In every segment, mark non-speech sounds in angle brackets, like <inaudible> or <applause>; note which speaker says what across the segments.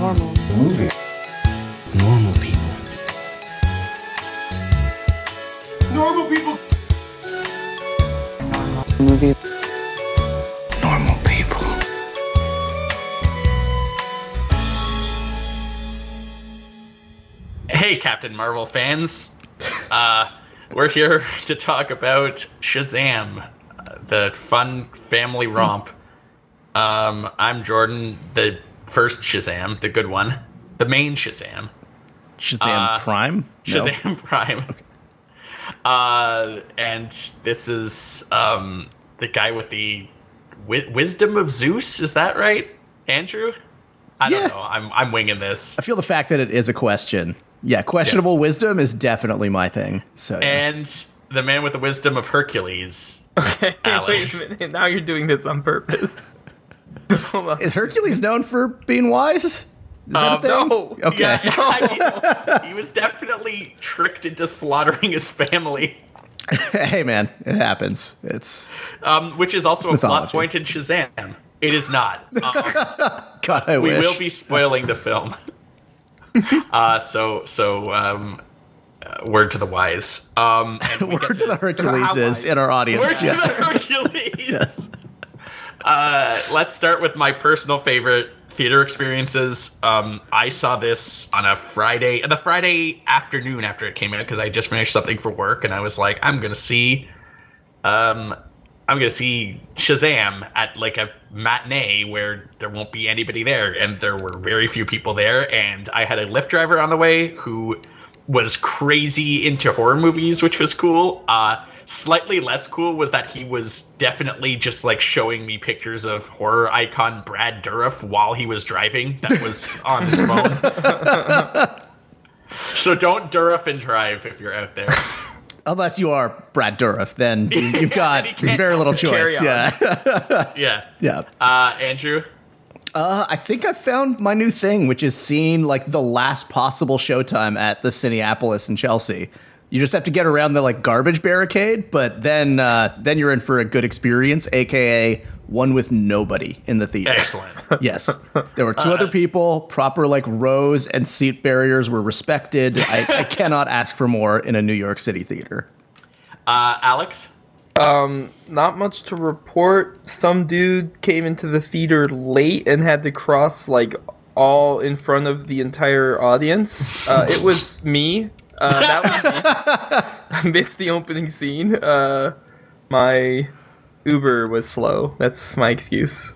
Speaker 1: normal.
Speaker 2: Movie.
Speaker 3: Normal people.
Speaker 2: Normal people.
Speaker 1: Movie.
Speaker 3: Normal people.
Speaker 4: Hey, Captain Marvel fans. Uh, we're here to talk about Shazam, uh, the fun family romp. Um, I'm Jordan, the first Shazam, the good one, the main Shazam,
Speaker 5: Shazam Prime? No.
Speaker 4: Uh, Shazam <laughs> Prime. Uh, and this is um, the guy with the wi- wisdom of Zeus. Is that right, Andrew? I
Speaker 5: Yeah.
Speaker 4: don't know. I'm I'm winging this.
Speaker 5: I feel the fact that it is a question. Yeah, questionable wisdom is definitely my thing. So yeah.
Speaker 4: and the man with the wisdom of Hercules.
Speaker 6: Hey,
Speaker 4: Alex.
Speaker 6: Wait a minute. <laughs> Now you're doing this on purpose. <laughs> Hold on.
Speaker 5: is Hercules known for being wise? Is
Speaker 4: Um,
Speaker 5: that a thing?
Speaker 6: no.
Speaker 5: Okay.
Speaker 4: Yeah,
Speaker 5: <laughs>
Speaker 4: I mean, he was definitely tricked into slaughtering his family,
Speaker 5: <laughs> hey man, it happens. It's
Speaker 4: um, which is also
Speaker 5: It's
Speaker 4: a plot
Speaker 5: mythology.
Speaker 4: point in Shazam. It is not.
Speaker 5: <laughs>
Speaker 4: Um,
Speaker 5: God, I
Speaker 4: we
Speaker 5: wish.
Speaker 4: will be spoiling the film. Uh, so so um, uh, word to the wise. Um, and we
Speaker 5: <laughs> <laughs>
Speaker 4: get
Speaker 5: Word to the Hercules is
Speaker 6: wise.
Speaker 5: in our audience.
Speaker 4: Word to
Speaker 5: yeah.
Speaker 4: the Hercules. <laughs> Uh, let's start with my personal favorite theater experiences. Um, I saw this on a Friday, the Friday afternoon after it came out, because I just finished something for work, and I was like, I'm gonna see, um, I'm gonna see Shazam at like a matinee where there won't be anybody there, and there were very few people there, and I had a Lyft driver on the way who was crazy into horror movies, which was cool. Uh, slightly less cool was that he was definitely just like showing me pictures of horror icon Brad Dourif while he was driving. That was on his phone. so don't Dourif and drive if you're out there.
Speaker 5: Unless you are Brad Dourif,
Speaker 4: <laughs>
Speaker 5: then you- you've got
Speaker 4: you can't
Speaker 5: very little choice.
Speaker 6: on.
Speaker 5: Yeah. <laughs>
Speaker 4: Yeah.
Speaker 5: yeah.
Speaker 4: Uh, Andrew.
Speaker 5: Uh, I think I found my new thing, which is seeing like the last possible showtime at the Cineapolis in Chelsea. You just have to get around the like garbage barricade, but then uh, then you're in for a good experience, aka one with nobody in the theater.
Speaker 4: Excellent.
Speaker 5: <laughs>
Speaker 4: Uh,
Speaker 5: Yes, there were
Speaker 6: Uh,
Speaker 5: two other people. Proper like rows and seat barriers were respected. I, I cannot ask for more in a New York City theater.
Speaker 4: Uh, Alex.
Speaker 6: Not much to report. Some dude came into the theater late and had to cross like all in front of the entire audience. Uh, it was me. Uh, that
Speaker 5: <laughs>
Speaker 6: was me. I missed the opening scene. Uh, my Uber was slow. That's my excuse.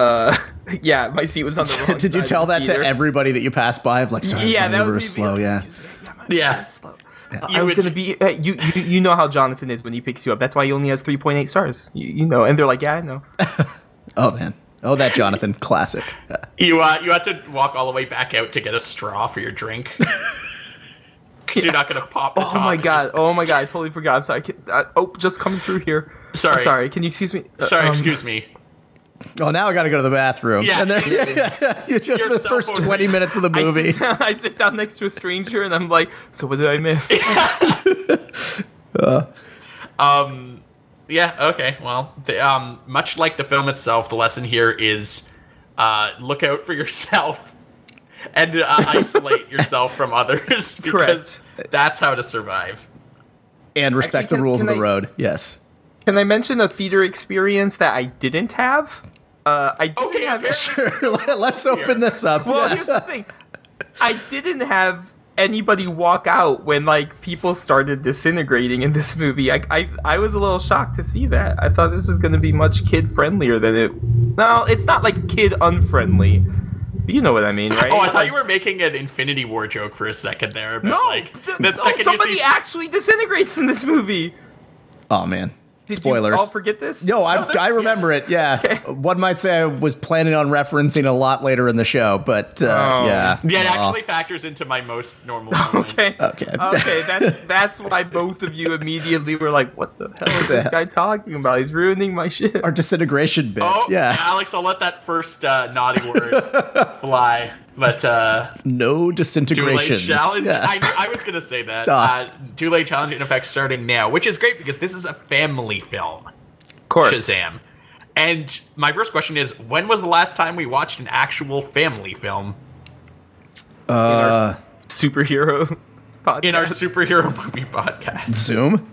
Speaker 6: Uh, <laughs> yeah, my seat was on
Speaker 5: <laughs>
Speaker 6: the wrong
Speaker 5: Did you
Speaker 6: side
Speaker 5: tell
Speaker 6: of the
Speaker 5: that
Speaker 6: theater.
Speaker 5: to everybody that you passed by? Of like, sorry,
Speaker 6: Yeah,
Speaker 5: my
Speaker 6: that
Speaker 5: Uber
Speaker 6: was
Speaker 5: is
Speaker 6: me
Speaker 5: slow.
Speaker 6: being like,
Speaker 5: Yeah.
Speaker 6: "Excuse me, my
Speaker 4: Yeah.
Speaker 6: Uber's slow." Uh,
Speaker 4: You
Speaker 6: I was
Speaker 4: would-
Speaker 6: gonna be hey, you, you. You know how Jonathan is when he picks you up. That's why he only has three point eight stars. You, you know, and they're like, yeah, I know.
Speaker 5: Oh man. Oh, that Jonathan classic.
Speaker 4: You uh, you had to walk all the way back out to get a straw for your drink.
Speaker 6: <laughs>
Speaker 4: Because you're not gonna pop. The
Speaker 6: Oh
Speaker 4: top
Speaker 6: my
Speaker 4: and
Speaker 6: god. Oh my god. I totally forgot. I'm sorry. Can, uh, oh, just coming through here. I'm
Speaker 4: Sorry.
Speaker 6: sorry. Can you excuse me? Uh,
Speaker 4: just- sorry,
Speaker 6: um, <laughs>
Speaker 4: excuse me.
Speaker 5: Oh, now I got to go to the bathroom.
Speaker 4: Yeah.
Speaker 5: And there, yeah, <laughs> yeah. You're just
Speaker 4: Your
Speaker 5: the
Speaker 4: cell
Speaker 5: first
Speaker 4: phone
Speaker 5: 20 minutes of the
Speaker 6: I
Speaker 5: movie.
Speaker 6: sit, down, I sit down next to a stranger and I'm like, so what did
Speaker 4: <laughs>
Speaker 6: I miss?
Speaker 4: Um, yeah. Okay. Well, the, um, much like the film itself, the lesson here is uh, look out for yourself <laughs> and uh,
Speaker 6: <laughs>
Speaker 4: isolate yourself from others <laughs> because that's how to survive.
Speaker 5: And respect the
Speaker 6: Actually, can-
Speaker 5: rules
Speaker 6: can
Speaker 5: of the
Speaker 6: I-
Speaker 5: road. Yes. <laughs>
Speaker 6: Can I mention a theater experience that I didn't have? Uh, I didn't
Speaker 4: Okay,
Speaker 6: have.
Speaker 4: fair-
Speaker 5: Sure. let- Let's open this up.
Speaker 6: Well,
Speaker 5: Yeah.
Speaker 6: here's the thing. I didn't have anybody walk out when like people started disintegrating in this movie. I I, I was a little shocked to see that. I thought this was going to be much kid friendlier than it. No, it's not like kid unfriendly. But you know what I mean, right?
Speaker 4: Oh, I thought
Speaker 6: Like-
Speaker 4: you were making an Infinity War joke for a second there. But
Speaker 6: No,
Speaker 4: like
Speaker 6: th-
Speaker 4: the
Speaker 6: no,
Speaker 4: second you
Speaker 6: somebody
Speaker 4: see-
Speaker 6: actually disintegrates in this movie.
Speaker 5: Oh, man.
Speaker 6: Did
Speaker 5: Spoilers.
Speaker 6: you all forget this?
Speaker 5: no, I, I remember it. Yeah. One might say I was planning on referencing a lot later in the show, but uh,
Speaker 6: Oh.
Speaker 5: yeah.
Speaker 4: Yeah, it
Speaker 5: Aw.
Speaker 4: actually factors into my most normal. moment.
Speaker 6: <laughs> Okay.
Speaker 5: <laughs> Okay.
Speaker 6: Okay, that's that's why both of you immediately were like, "What the hell is this guy talking about? He's ruining my shit."
Speaker 5: Our disintegration bit.
Speaker 4: Oh,
Speaker 5: yeah.
Speaker 4: Alex, I'll let that first uh, naughty word fly. But uh,
Speaker 5: No
Speaker 4: Too late
Speaker 5: disintegration.
Speaker 4: challenge.
Speaker 5: Yeah.
Speaker 4: I, I was gonna say that.
Speaker 5: Ah.
Speaker 4: Uh, too late challenge in effect starting now, which is great because this is a family film,
Speaker 6: Of course.
Speaker 4: Shazam. And my first question is, when was the last time we watched an actual family film
Speaker 6: Uh, superhero <laughs> podcast.
Speaker 4: in our superhero movie
Speaker 5: <laughs>
Speaker 4: podcast.
Speaker 5: Zoom,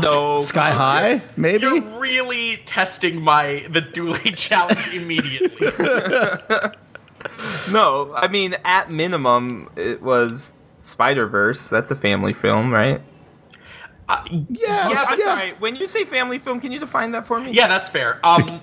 Speaker 6: no
Speaker 5: Sky High, maybe.
Speaker 4: You're really testing my the dueling challenge immediately.
Speaker 6: no. I mean, at minimum, it was Spider Verse. That's a family film, right?
Speaker 5: yeah,
Speaker 6: Yeah, but sorry. When you say family film, can you define that for me?
Speaker 4: yeah, that's fair. Um,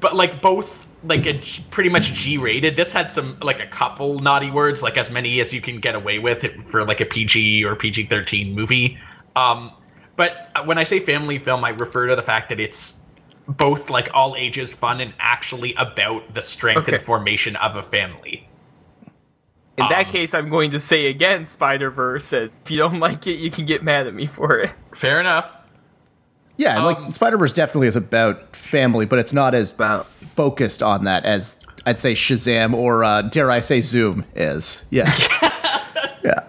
Speaker 4: but like both like a G- pretty much G rated. This had some like a couple naughty words, like as many as you can get away with it for like a PG or PG thirteen movie. Um, but when I say family film, I refer to the fact that it's both like all ages fun and actually about the strength and
Speaker 6: Okay.
Speaker 4: formation of a family.
Speaker 6: In that
Speaker 4: Um,
Speaker 6: case, I'm going to say again Spider Verse. If you don't <laughs> like it, you can get mad at me for it.
Speaker 4: Fair enough.
Speaker 5: Yeah,
Speaker 4: Um,
Speaker 5: like Spider Verse definitely is about family, but it's not as
Speaker 6: About-
Speaker 5: focused on that as I'd say Shazam or uh, dare I say Zoom is.
Speaker 6: <laughs>
Speaker 5: Yeah, yeah,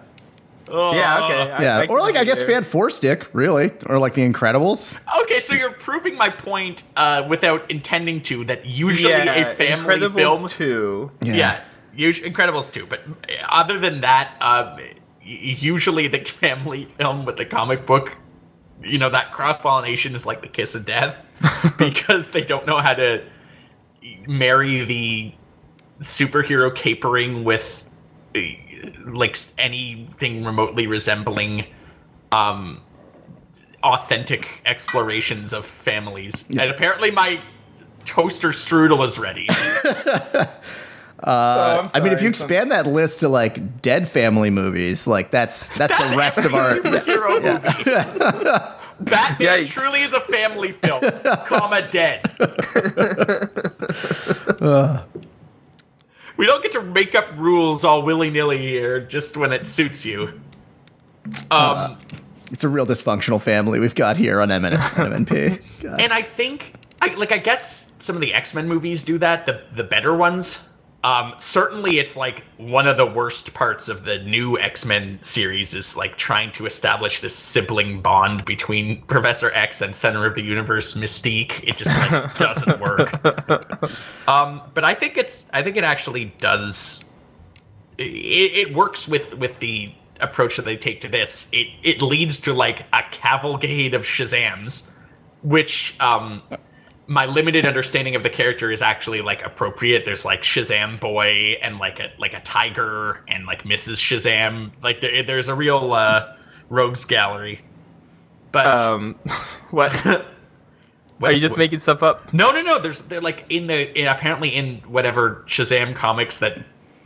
Speaker 4: Oh.
Speaker 6: yeah. Okay. I-
Speaker 5: yeah.
Speaker 6: I
Speaker 5: or
Speaker 6: can
Speaker 5: like I
Speaker 6: see
Speaker 5: guess
Speaker 6: there.
Speaker 5: Fan Four Stick, really, or like The Incredibles.
Speaker 4: Okay, so you're proving my point uh, without intending to that usually
Speaker 6: yeah,
Speaker 4: a family
Speaker 6: Incredibles
Speaker 4: film.
Speaker 6: two.
Speaker 4: Yeah, us- Incredibles too. But eh, other than that, um, y- usually the <laughs> family film with the comic book, you know, that cross pollination is like the kiss of death because they don't know how to marry the superhero capering with uh, like s- anything remotely resembling um authentic explorations of families and apparently my toaster strudel is ready
Speaker 6: Oh, I'm
Speaker 5: I mean, if
Speaker 6: sorry,
Speaker 5: you
Speaker 6: some-
Speaker 5: expand that list to like dead family movies, like that's that's,
Speaker 6: <laughs>
Speaker 5: the rest of
Speaker 4: <laughs>
Speaker 5: our.
Speaker 4: hero movie. Batman
Speaker 6: Yikes.
Speaker 4: truly is a family film, comma
Speaker 5: <laughs>
Speaker 4: dead. we don't get to make up rules all willy nilly here, just when it suits you. Um,
Speaker 5: It's a real dysfunctional family we've got here on MN-
Speaker 6: <laughs>
Speaker 5: MNP. God.
Speaker 4: and I think, I, like, I guess some of the X Men movies do that, the the better ones. Um, certainly, it's like one of the worst parts of the new X Men series is like trying to establish this sibling bond between <laughs> Professor X and Center of the Universe Mystique. It just like, doesn't work. Um, but I think it's, I think it actually does. It, it works with with the approach that they take to this. It it leads to like a cavalcade of Shazams which um my limited understanding of the character is actually like appropriate. There's like Shazam boy and like a like a tiger and like Mrs. Shazam. Like there, there's a real uh, rogues gallery. But
Speaker 6: Um, <laughs> what?
Speaker 5: <laughs>
Speaker 6: Are you just making stuff up?
Speaker 4: no no no. There's they're like in the in, apparently in whatever Shazam comics that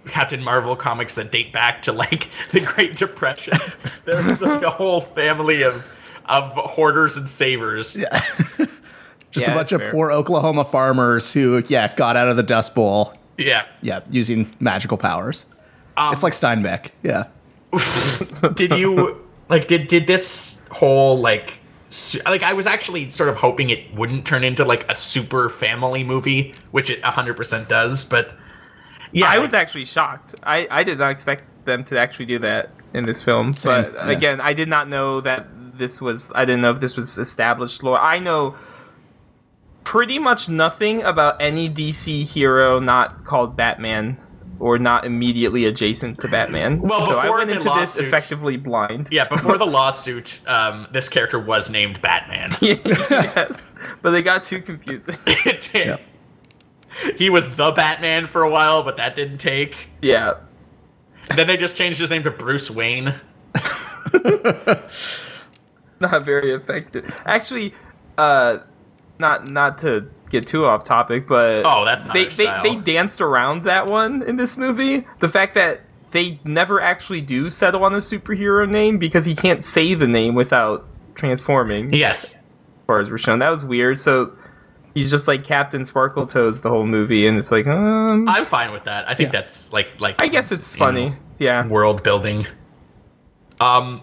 Speaker 4: Captain Marvel comics that date back to like <laughs> the Great
Speaker 6: <laughs>
Speaker 4: Depression. there's like a whole family of of hoarders and savers.
Speaker 5: Just
Speaker 6: Yeah,
Speaker 5: a bunch
Speaker 6: that's
Speaker 5: of
Speaker 6: fair.
Speaker 5: poor Oklahoma farmers who, yeah, got out of the Dust Bowl,
Speaker 4: yeah. <laughs>
Speaker 5: yeah, using magical powers.
Speaker 4: Um,
Speaker 5: it's like Steinbeck, yeah.
Speaker 4: did you like did did this whole like su- like I was actually sort of hoping it wouldn't turn into like a super family movie, which it 100% does, but yeah,
Speaker 6: <laughs> I
Speaker 4: like-
Speaker 6: was actually shocked. I, I did not expect them to actually do that in this film.
Speaker 5: Same,
Speaker 6: but
Speaker 5: yeah.
Speaker 6: again, I did not know that this was. I didn't know if this was established lore. I know pretty much nothing about any DC hero not called Batman or not immediately adjacent to Batman.
Speaker 4: Well,
Speaker 6: so I
Speaker 4: before
Speaker 6: went
Speaker 4: the
Speaker 6: into this
Speaker 4: lawsuit-
Speaker 6: effectively blind.
Speaker 4: yeah, before the lawsuit, um this character was named Batman.
Speaker 6: <laughs> yes, but they got too confusing. <laughs>
Speaker 4: <laughs> it did. He was the Batman for a while, but that didn't take.
Speaker 6: Yeah.
Speaker 4: Then they just changed his name to Bruce Wayne.
Speaker 6: not very effective. Actually, uh, not not to get too off topic, but
Speaker 4: Oh, that's not
Speaker 6: they
Speaker 4: our
Speaker 6: they,
Speaker 4: style.
Speaker 6: they danced around that one in this movie. The fact that they never actually do settle on a superhero name because he can't say the name without transforming.
Speaker 4: Yes.
Speaker 6: as far as we're shown, that was weird. So. He's just like Captain Sparkle Toes the whole movie, and it's like, um, I,
Speaker 4: I'm fine with that. I think that's like like
Speaker 6: guess it's
Speaker 4: you
Speaker 6: funny.
Speaker 4: know,
Speaker 6: Yeah,
Speaker 4: world building. Um,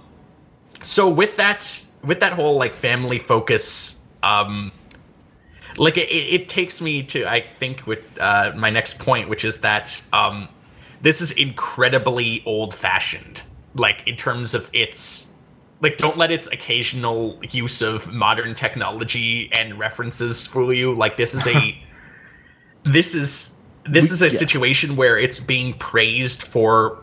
Speaker 4: so with that, with that whole like family focus, um, like it, it it takes me to I think with uh, my next point, which is that um, this is incredibly old fashioned, like in terms of its. Like, don't let its occasional use of modern technology and references fool you. Like, this is a this is this is a situation where it's being praised for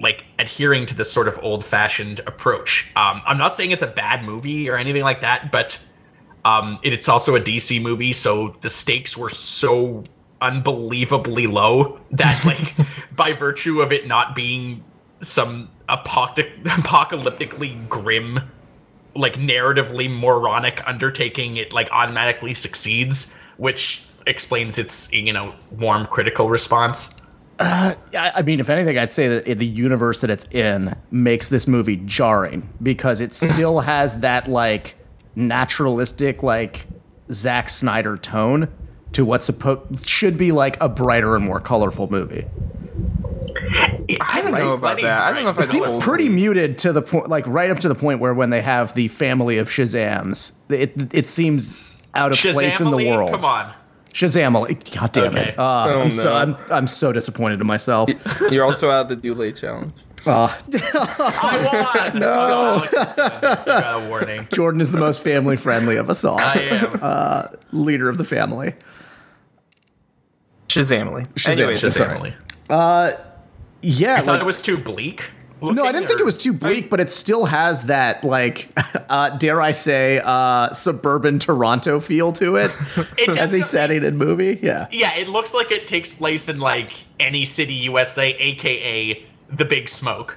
Speaker 4: like adhering to this sort of old-fashioned approach. Um, I'm not saying it's a bad movie or anything like that, but um, it- it's also a DC movie, so the stakes were so unbelievably low that
Speaker 5: <laughs>
Speaker 4: like by virtue of it not being some apocalyptic, apocalyptically grim like narratively moronic undertaking it like automatically succeeds which explains its you know warm critical response
Speaker 5: I I mean, if anything, I'd say that the universe that it's in makes this movie jarring because it still has that like naturalistic, like Zack Snyder tone to what supposed should be like a brighter and more colorful movie.
Speaker 4: i don't
Speaker 6: know about that. I don't know if I'd
Speaker 5: It seems
Speaker 6: Old
Speaker 5: pretty
Speaker 6: movie.
Speaker 5: muted to the point, like right up to the point where when they have the family of Shazams, it it seems out of place in the world.
Speaker 4: come on
Speaker 5: Shazam! God damn
Speaker 4: Okay.
Speaker 5: it! Uh,
Speaker 6: Oh,
Speaker 5: I'm so
Speaker 6: no.
Speaker 5: I'm I'm so disappointed in myself.
Speaker 6: You're also out of the Dule challenge.
Speaker 5: Uh,
Speaker 4: i won <laughs> no got a warning
Speaker 5: Jordan is the most family friendly of us all.
Speaker 4: i am <laughs>
Speaker 5: leader of the family.
Speaker 6: Shazamly.
Speaker 5: Shazam,
Speaker 6: Anyways,
Speaker 5: Shazam.
Speaker 6: sorry.
Speaker 4: Family.
Speaker 5: Yeah,
Speaker 4: i thought
Speaker 5: like,
Speaker 4: it was too bleak
Speaker 5: no, I didn't think it was too bleak, but it still has that like, <laughs> uh, dare I say, uh, suburban Toronto feel to it,
Speaker 4: It
Speaker 5: as
Speaker 4: definitely-
Speaker 5: a setting and movie. Yeah,
Speaker 4: yeah it looks like it takes place in like any city usa aka the big smoke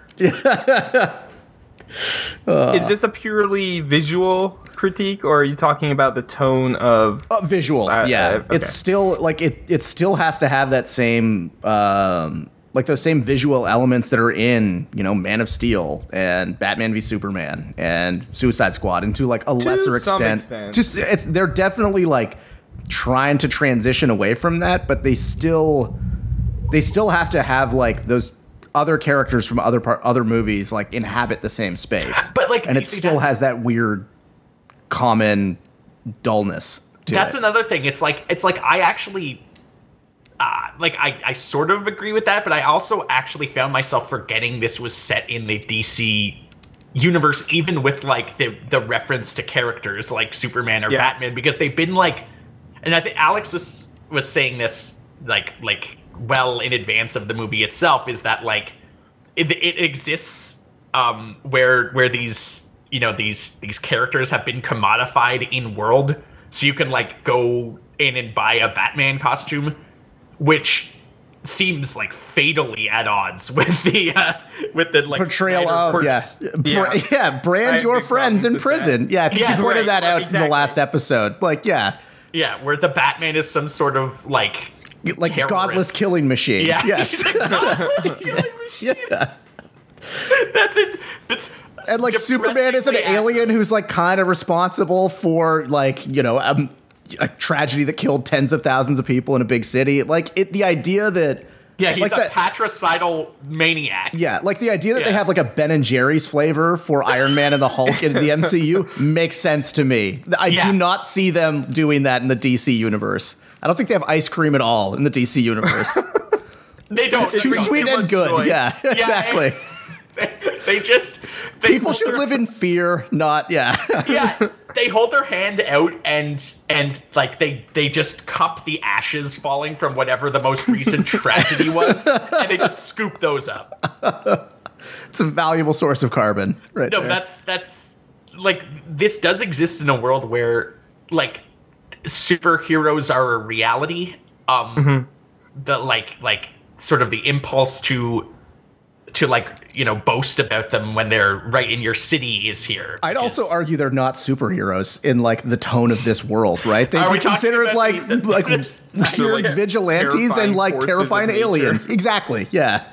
Speaker 6: Is this a purely visual critique, or are you talking about the tone of?
Speaker 5: uh, visual.
Speaker 6: Uh,
Speaker 5: yeah,
Speaker 6: uh, okay.
Speaker 5: it's still like it. It still has to have that same um, like those same visual elements that are in you know Man of Steel and Batman v Superman and Suicide Squad, and to like a lesser
Speaker 6: some
Speaker 5: extent,
Speaker 6: extent.
Speaker 5: just it's they're definitely like trying to transition away from that, but they still they still have to have like those other characters from other part other movies like inhabit the same space,
Speaker 4: But, like,
Speaker 5: and
Speaker 4: you
Speaker 5: it
Speaker 4: see,
Speaker 5: still
Speaker 4: that's-
Speaker 5: has that weird common dullness. To
Speaker 4: that's
Speaker 5: it.
Speaker 4: another thing it's like it's like i actually uh, like I, I sort of agree with that but i also actually found myself forgetting this was set in the dc universe even with like the the reference to characters like superman or
Speaker 6: Yeah.
Speaker 4: batman because they've been like and i think alex was was saying this like like well in advance of the movie itself is that like it, it exists um, where where these you know these these characters have been commodified in world, so you can like go in and buy a Batman costume, which seems like fatally at odds <laughs> with the uh, with the like
Speaker 5: portrayal
Speaker 4: Snyder
Speaker 5: of
Speaker 4: Pers-
Speaker 5: yeah. Bra-
Speaker 6: Yeah.
Speaker 5: <laughs> yeah,
Speaker 6: I
Speaker 5: brand
Speaker 6: have
Speaker 5: your
Speaker 6: big
Speaker 5: friends
Speaker 6: problems
Speaker 5: in
Speaker 6: with
Speaker 5: prison.
Speaker 6: that.
Speaker 5: Yeah, I think
Speaker 4: Yeah,
Speaker 5: you pointed
Speaker 4: right,
Speaker 5: that out in
Speaker 6: exactly.
Speaker 5: the last episode. Like, yeah,
Speaker 4: yeah, where the Batman is some sort of like
Speaker 5: like
Speaker 4: terrorist.
Speaker 5: godless killing machine.
Speaker 4: Yeah.
Speaker 5: <laughs>
Speaker 4: <laughs>
Speaker 5: Yes, <laughs>
Speaker 4: That's it. That's
Speaker 5: and like Superman is an
Speaker 4: depressingly
Speaker 5: alien who's like kind of responsible for like you know um, a tragedy that killed tens of thousands of people in a big city. Like it, the idea that
Speaker 4: Yeah, he's
Speaker 5: like
Speaker 4: a
Speaker 5: that-
Speaker 4: patricidal maniac.
Speaker 5: Yeah, like the idea that they
Speaker 4: Yeah.
Speaker 5: have like a Ben and Jerry's flavor for Iron Man and the Hulk in the
Speaker 4: <laughs>
Speaker 5: MCU makes sense to me. I
Speaker 4: Yeah.
Speaker 5: do not see them doing that in the DC universe. I don't think they have ice cream at all in the DC
Speaker 4: <laughs>
Speaker 5: universe.
Speaker 4: They don't.
Speaker 5: It's too
Speaker 6: brings
Speaker 5: sweet
Speaker 6: too
Speaker 5: and
Speaker 6: much
Speaker 5: good.
Speaker 6: joy.
Speaker 5: Yeah,
Speaker 4: Yeah,
Speaker 5: <laughs>
Speaker 4: eh?
Speaker 5: exactly.
Speaker 4: They, they just they
Speaker 5: People should
Speaker 4: hold
Speaker 5: live in fear, not yeah. <laughs>
Speaker 4: their- yeah. They hold their hand out and and like they they just cup the ashes falling from whatever the most recent tragedy was, and they just scoop those up.
Speaker 5: it's a valuable source of carbon. Right.
Speaker 4: No,
Speaker 5: there.
Speaker 4: that's that's like this does exist in a world where like superheroes are a reality. Um,
Speaker 5: Mm-hmm.
Speaker 4: the like like sort of the impulse to to like you know boast about them when they're right in your city is here.
Speaker 5: I'd
Speaker 4: which
Speaker 5: also
Speaker 4: is-
Speaker 5: argue they're not superheroes in like the tone of this world, right? They
Speaker 4: Are
Speaker 5: be
Speaker 4: we talking
Speaker 5: considered
Speaker 4: about
Speaker 5: like
Speaker 4: the- <laughs>
Speaker 5: like
Speaker 4: this-
Speaker 5: weird
Speaker 6: like,
Speaker 5: vigilantes
Speaker 6: terrifying
Speaker 5: and like
Speaker 6: forces of
Speaker 5: terrifying
Speaker 6: nature.
Speaker 5: aliens. Exactly. Yeah.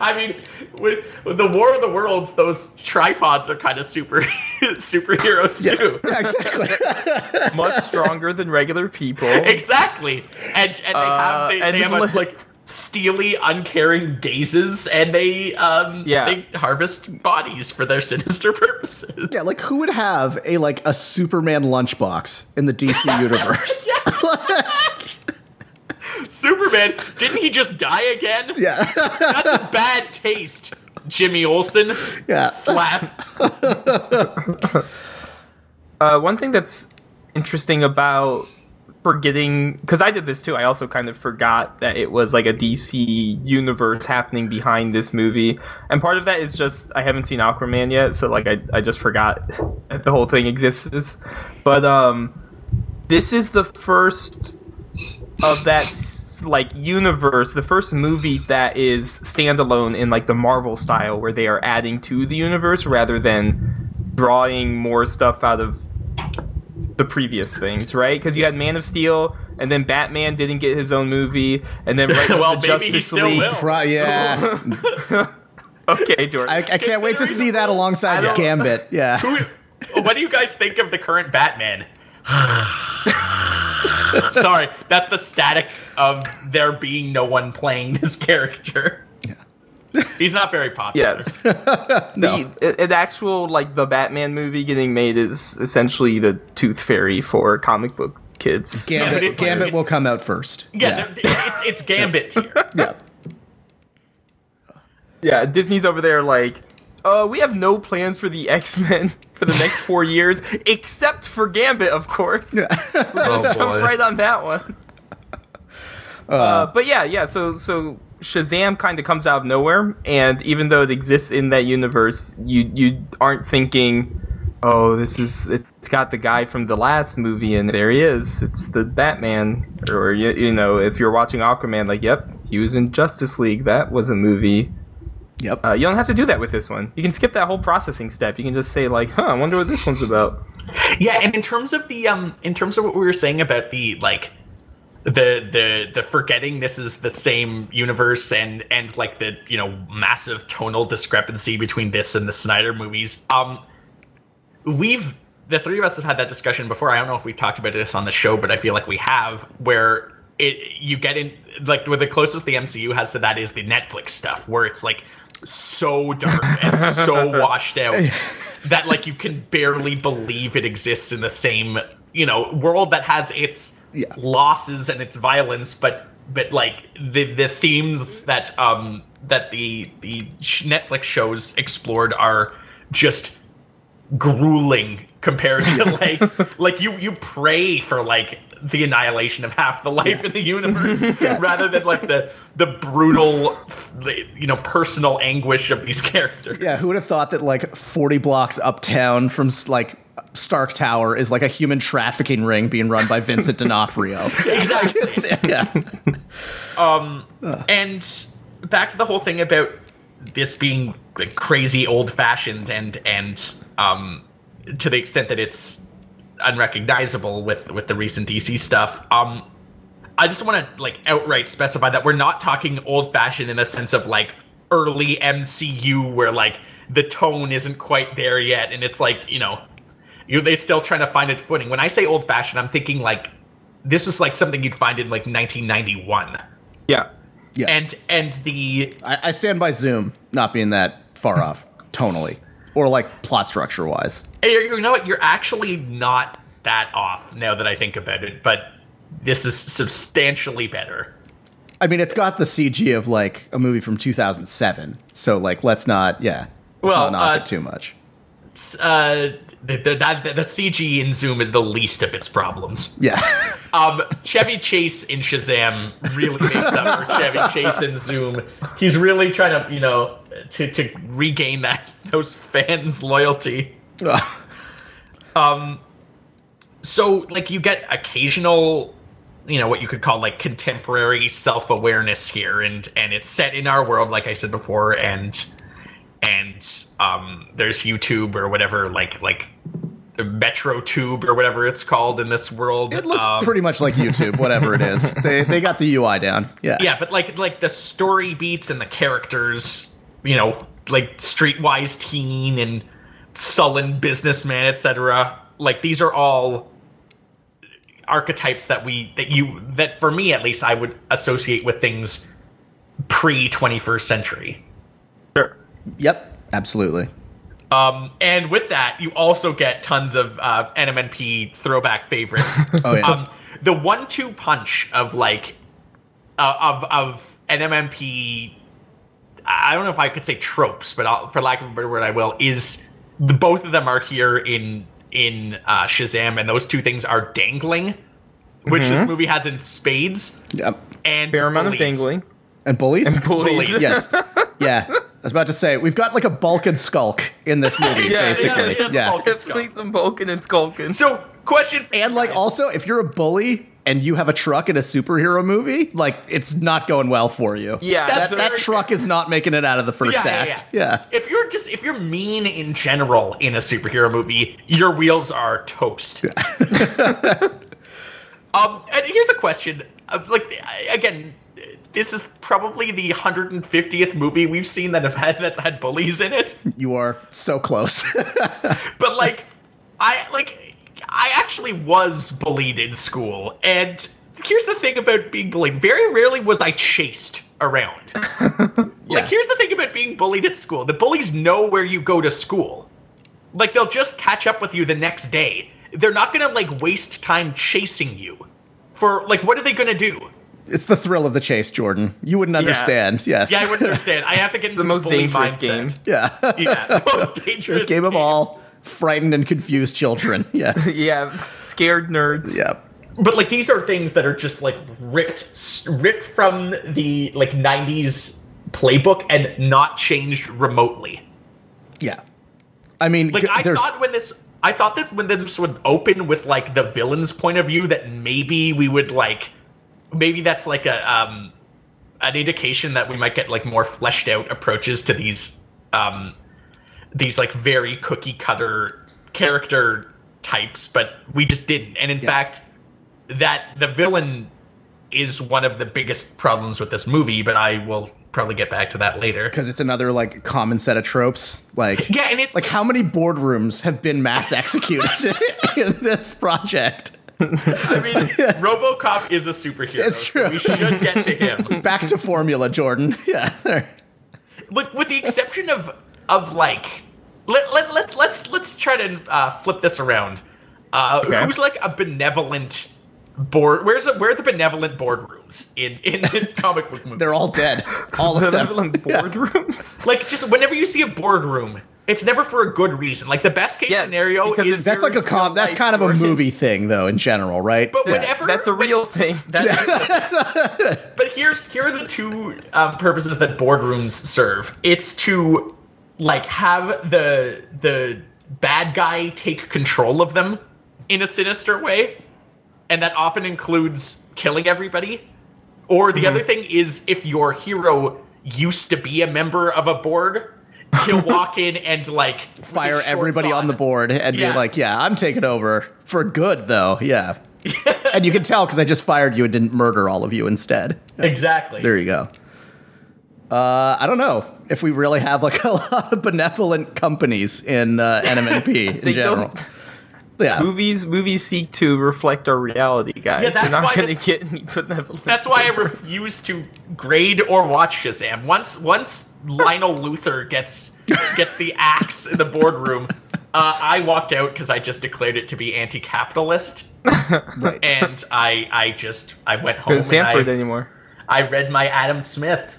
Speaker 4: I mean, with, with the War of the Worlds, those tripods are kind of super <laughs> superheroes too.
Speaker 5: Yeah, exactly. <laughs>
Speaker 6: Much stronger than regular
Speaker 4: <laughs>
Speaker 6: people.
Speaker 4: Exactly, and and they
Speaker 6: Uh,
Speaker 4: have they,
Speaker 6: and
Speaker 4: they have a,
Speaker 6: li- <laughs>
Speaker 4: like steely, uncaring gazes, and they um
Speaker 6: Yeah.
Speaker 4: they harvest bodies for their sinister purposes. <laughs>
Speaker 5: Yeah, like who would have a like a Superman lunchbox in the
Speaker 4: <laughs>
Speaker 5: DC universe?
Speaker 4: Superman didn't he just die again?
Speaker 5: yeah. <laughs>
Speaker 4: Bad taste, Jimmy Olsen.
Speaker 6: <laughs>
Speaker 5: Yeah.
Speaker 4: Slap.
Speaker 6: Uh, one thing that's interesting about forgetting because I did this too. I also kind of forgot that it was like a DC universe happening behind this movie, and part of that is just I haven't seen Aquaman yet, so like I I just forgot <laughs> that the whole thing exists. But um, this is the first of that s- like universe, the first movie that is standalone in like the Marvel style, where they are adding to the universe rather than drawing more stuff out of the previous things, right? Because you had Man of Steel, and then Batman didn't get his own movie, and then
Speaker 4: <laughs>
Speaker 6: right
Speaker 4: Well,
Speaker 6: well, the
Speaker 4: maybe he
Speaker 6: Justice
Speaker 4: still
Speaker 6: League.
Speaker 4: will.
Speaker 5: Right,
Speaker 4: <laughs>
Speaker 5: yeah.
Speaker 6: <laughs> Okay, Jordan.
Speaker 5: I, I can't wait to see that alongside
Speaker 6: don't-
Speaker 5: Gambit.
Speaker 4: <laughs>
Speaker 5: Yeah.
Speaker 4: Who- what do you guys think of the current Batman? <laughs> Sorry, that's the static of there being no one playing this <laughs> character. He's not very
Speaker 5: <laughs>
Speaker 4: popular.
Speaker 6: yes, the e, an actual like the Batman movie getting made is essentially the Tooth Fairy for comic book kids.
Speaker 4: but
Speaker 5: Gambit,
Speaker 4: it's like-
Speaker 5: Gambit will come out first.
Speaker 4: Yeah, there- it's it's Gambit here.
Speaker 5: Yeah.
Speaker 6: Yeah, Disney's over there like, uh, we have no plans for the <laughs> X Men for the next four years, except for Gambit, of course. <laughs>
Speaker 4: Oh
Speaker 6: Jump right on that one. Uh, but yeah, yeah. So so Shazam kind of comes out of nowhere, and even though it exists in that universe, you you aren't thinking, oh, this is it's got the guy from the last movie, and there he is. It's the Batman, or you, you know, if you're watching Aquaman, like, yep, he was in Justice League. That was a movie.
Speaker 5: Yep.
Speaker 6: Uh, you don't have to do that with this one. You can skip that whole processing step. You can just say like, huh, I wonder what this one's about.
Speaker 4: <laughs> Yeah, and in terms of the um, in terms of what we were saying about the like, the the the forgetting this is the same universe and and like the you know massive tonal discrepancy between this and the Snyder movies. Um, we've the three of us have had that discussion before. I don't know if we've talked about this on the show, but I feel like we have. Where it you get in like where the closest the MCU has to that is the Netflix stuff, where it's like so dark and so <laughs> washed out that like you can barely believe it exists in the same you know world that has its
Speaker 5: Yeah.
Speaker 4: losses and its violence, but but like the the themes that um that the the sh- Netflix shows explored are just grueling compared to <laughs> like like you you pray for like the annihilation of half the life in the universe rather than like the the brutal the, you know personal anguish of these <laughs> characters
Speaker 5: Yeah, who would have thought that like 40 blocks uptown from like Stark Tower is like a human trafficking ring being run by Vincent
Speaker 4: <laughs>
Speaker 5: D'Onofrio?
Speaker 4: exactly
Speaker 5: It's- <laughs> yeah.
Speaker 4: and back to the whole thing about this being like crazy old fashioned and and um to the extent that it's unrecognizable with with the recent DC stuff um I just want to like outright specify that we're not talking old fashioned in the sense of like early MCU where like the tone isn't quite there yet and it's like you know you it's still trying to find its footing when I say old fashioned I'm thinking like this is like something you'd find in like 1991
Speaker 6: Yeah.
Speaker 5: Yeah.
Speaker 4: and and the
Speaker 5: I, I stand by Zoom not being that far off tonally or like plot structure wise.
Speaker 4: you know what you're actually not that off now that I think about it, but this is substantially better.
Speaker 5: I mean, it's got the CG of like a movie from 2007. So, like, let's not, yeah, let's not
Speaker 4: Well,
Speaker 5: knock
Speaker 4: uh,
Speaker 5: it too much.
Speaker 4: It's, uh, the, the, that, the CG in Zoom is the least of its problems.
Speaker 5: Yeah. <laughs>
Speaker 4: Um, Chevy Chase in Shazam really makes up for Chevy Chase in Zoom. He's really trying to you know to to regain that those fans' loyalty. so like you get occasional you know what you could call like contemporary self-awareness here and and it's set in our world like i said before and and um there's youtube or whatever like like metro tube or whatever it's called in this world
Speaker 5: it looks
Speaker 4: Um,
Speaker 5: pretty much like YouTube, whatever it is. They, they got the UI down. Yeah.
Speaker 4: yeah but like like the story beats and the characters you know like streetwise teen and sullen businessman etc like these are all archetypes that we that you that for me at least i would associate with things pre 21st century
Speaker 6: Sure.
Speaker 5: Yep. Absolutely.
Speaker 4: um and with that you also get tons of uh nmnp throwback favorites
Speaker 5: Oh, yeah.
Speaker 4: um, the one-two punch of like uh, of of an MMP. I don't know if I could say tropes, but I'll, for lack of a better word, I will. Is the, both of them are here in in uh, Shazam, and those two things are dangling which this movie has in spades,
Speaker 5: Yep.
Speaker 4: and
Speaker 6: Fair amount of
Speaker 4: bullies.
Speaker 6: dangling.
Speaker 5: And bullies?
Speaker 6: Bullies.
Speaker 5: <laughs>
Speaker 4: Bullies.
Speaker 5: yes. Yeah. I was about to say, we've got like a Bulk and Skulk in this movie,
Speaker 6: Yeah,
Speaker 5: basically.
Speaker 4: <laughs> <laughs> yeah, yeah,
Speaker 5: yeah.
Speaker 4: Bulk.
Speaker 6: Definitely some Vulcan and Skulkin.
Speaker 4: So, question for
Speaker 5: And
Speaker 4: you
Speaker 5: like
Speaker 4: guys.
Speaker 5: also, if you're a bully and you have a truck in a superhero movie, like it's not going well for you.
Speaker 6: Yeah,
Speaker 5: That,
Speaker 6: that's
Speaker 5: that
Speaker 4: very-
Speaker 5: truck is not making it out of the first act. Yeah.
Speaker 4: If you're just if you're mean in general in a superhero movie, your wheels are toast. <laughs> um, and here's a question. Uh, Like I- again, this is probably the 150th movie we've seen that have had that's had bullies in it.
Speaker 5: You are so close. <laughs>
Speaker 4: But like, I like I actually was bullied in school, and here's the thing about being bullied: very rarely was I chased around. Like, here's the thing about being bullied at school: the bullies know where you go to school. Like, they'll just catch up with you the next day. They're not gonna like waste time chasing you. For like, what are they gonna do?
Speaker 5: it's the thrill of the chase, Jordan. You wouldn't understand. Yes. <laughs>
Speaker 4: Yeah, I wouldn't understand. I have to get into
Speaker 6: the most
Speaker 4: bully
Speaker 6: dangerous
Speaker 4: mindset.
Speaker 6: game.
Speaker 5: yeah.
Speaker 4: Yeah, the most dangerous.
Speaker 5: This game of all frightened and confused children. <laughs>
Speaker 4: <laughs>
Speaker 5: Yes.
Speaker 6: Yeah, scared nerds.
Speaker 5: yeah.
Speaker 4: but like these are things that are just like ripped s- ripped from the like 90s playbook and not changed remotely
Speaker 5: Yeah. I mean,
Speaker 4: like
Speaker 5: g-
Speaker 4: i
Speaker 5: there's
Speaker 4: thought when this i thought that when this would open with like the villain's point of view that maybe we would like maybe that's like a um an indication that we might get like more fleshed out approaches to these um these like very cookie cutter character types but we just didn't and in fact that the villain is one of the biggest problems with this movie but i will probably get back to that later
Speaker 5: because it's another like common set of tropes.
Speaker 4: <laughs>
Speaker 5: Like
Speaker 4: yeah and it's
Speaker 5: like how many boardrooms have been
Speaker 4: <laughs>
Speaker 5: mass executed <laughs> in this project?
Speaker 4: I mean, RoboCop is a superhero.
Speaker 5: It's
Speaker 4: so
Speaker 5: true.
Speaker 4: we should get to
Speaker 5: <laughs>
Speaker 4: him.
Speaker 5: Back to formula, Jordan. <laughs> Yeah. There.
Speaker 4: With, with the exception of of like, let, let let's let's let's try to uh, flip this around. Uh,
Speaker 6: Okay.
Speaker 4: Who's like a benevolent board? Where's the, where are the benevolent boardrooms in in, in comic book movies?
Speaker 5: They're all dead. All of them.
Speaker 6: Benevolent boardrooms.
Speaker 4: like just whenever you see a boardroom, it's never for a good reason. Like the best case
Speaker 6: Yes,
Speaker 4: scenario
Speaker 6: because
Speaker 4: is
Speaker 6: it's-
Speaker 5: That's like a com. That's kind of a movie thing, though, in general, right?
Speaker 4: But
Speaker 5: Yeah.
Speaker 4: whenever
Speaker 6: That's a
Speaker 4: when-
Speaker 6: real thing.
Speaker 5: <laughs>
Speaker 4: That- but here's here are the two um, purposes that boardrooms serve. It's to like have the the bad guy take control of them in a sinister way, and that often includes killing everybody. Or
Speaker 5: Mm-hmm.
Speaker 4: the other thing is if your hero used to be a member of a board,
Speaker 5: <laughs>
Speaker 4: he'll walk in and like with his
Speaker 5: fire
Speaker 4: shorts
Speaker 5: everybody on. the board and
Speaker 4: Yeah.
Speaker 5: be like, "Yeah, I'm taking over for good, though." Yeah. and you can tell because I just fired you and didn't murder all of you instead.
Speaker 4: Exactly.
Speaker 5: There you go. Uh, I don't know if we really have like <laughs> a lot of benevolent companies in uh, NMNP in
Speaker 6: They
Speaker 5: general.
Speaker 6: don't-
Speaker 5: Yeah,
Speaker 6: Movies movies seek to reflect our reality, guys.
Speaker 4: Yeah, that's
Speaker 6: You're not
Speaker 4: why
Speaker 6: gonna
Speaker 4: this-
Speaker 6: get any benevolent.
Speaker 4: That's why I refuse to grade or watch Shazam. Once once Lionel Luther gets gets the axe in the boardroom, uh, I walked out because I just declared it to be anti-capitalist,
Speaker 5: right. eh?
Speaker 4: and I I just Oh, I went home
Speaker 6: in
Speaker 4: and
Speaker 6: Sanford
Speaker 4: I,
Speaker 6: anymore.
Speaker 4: I read my Adam Smith,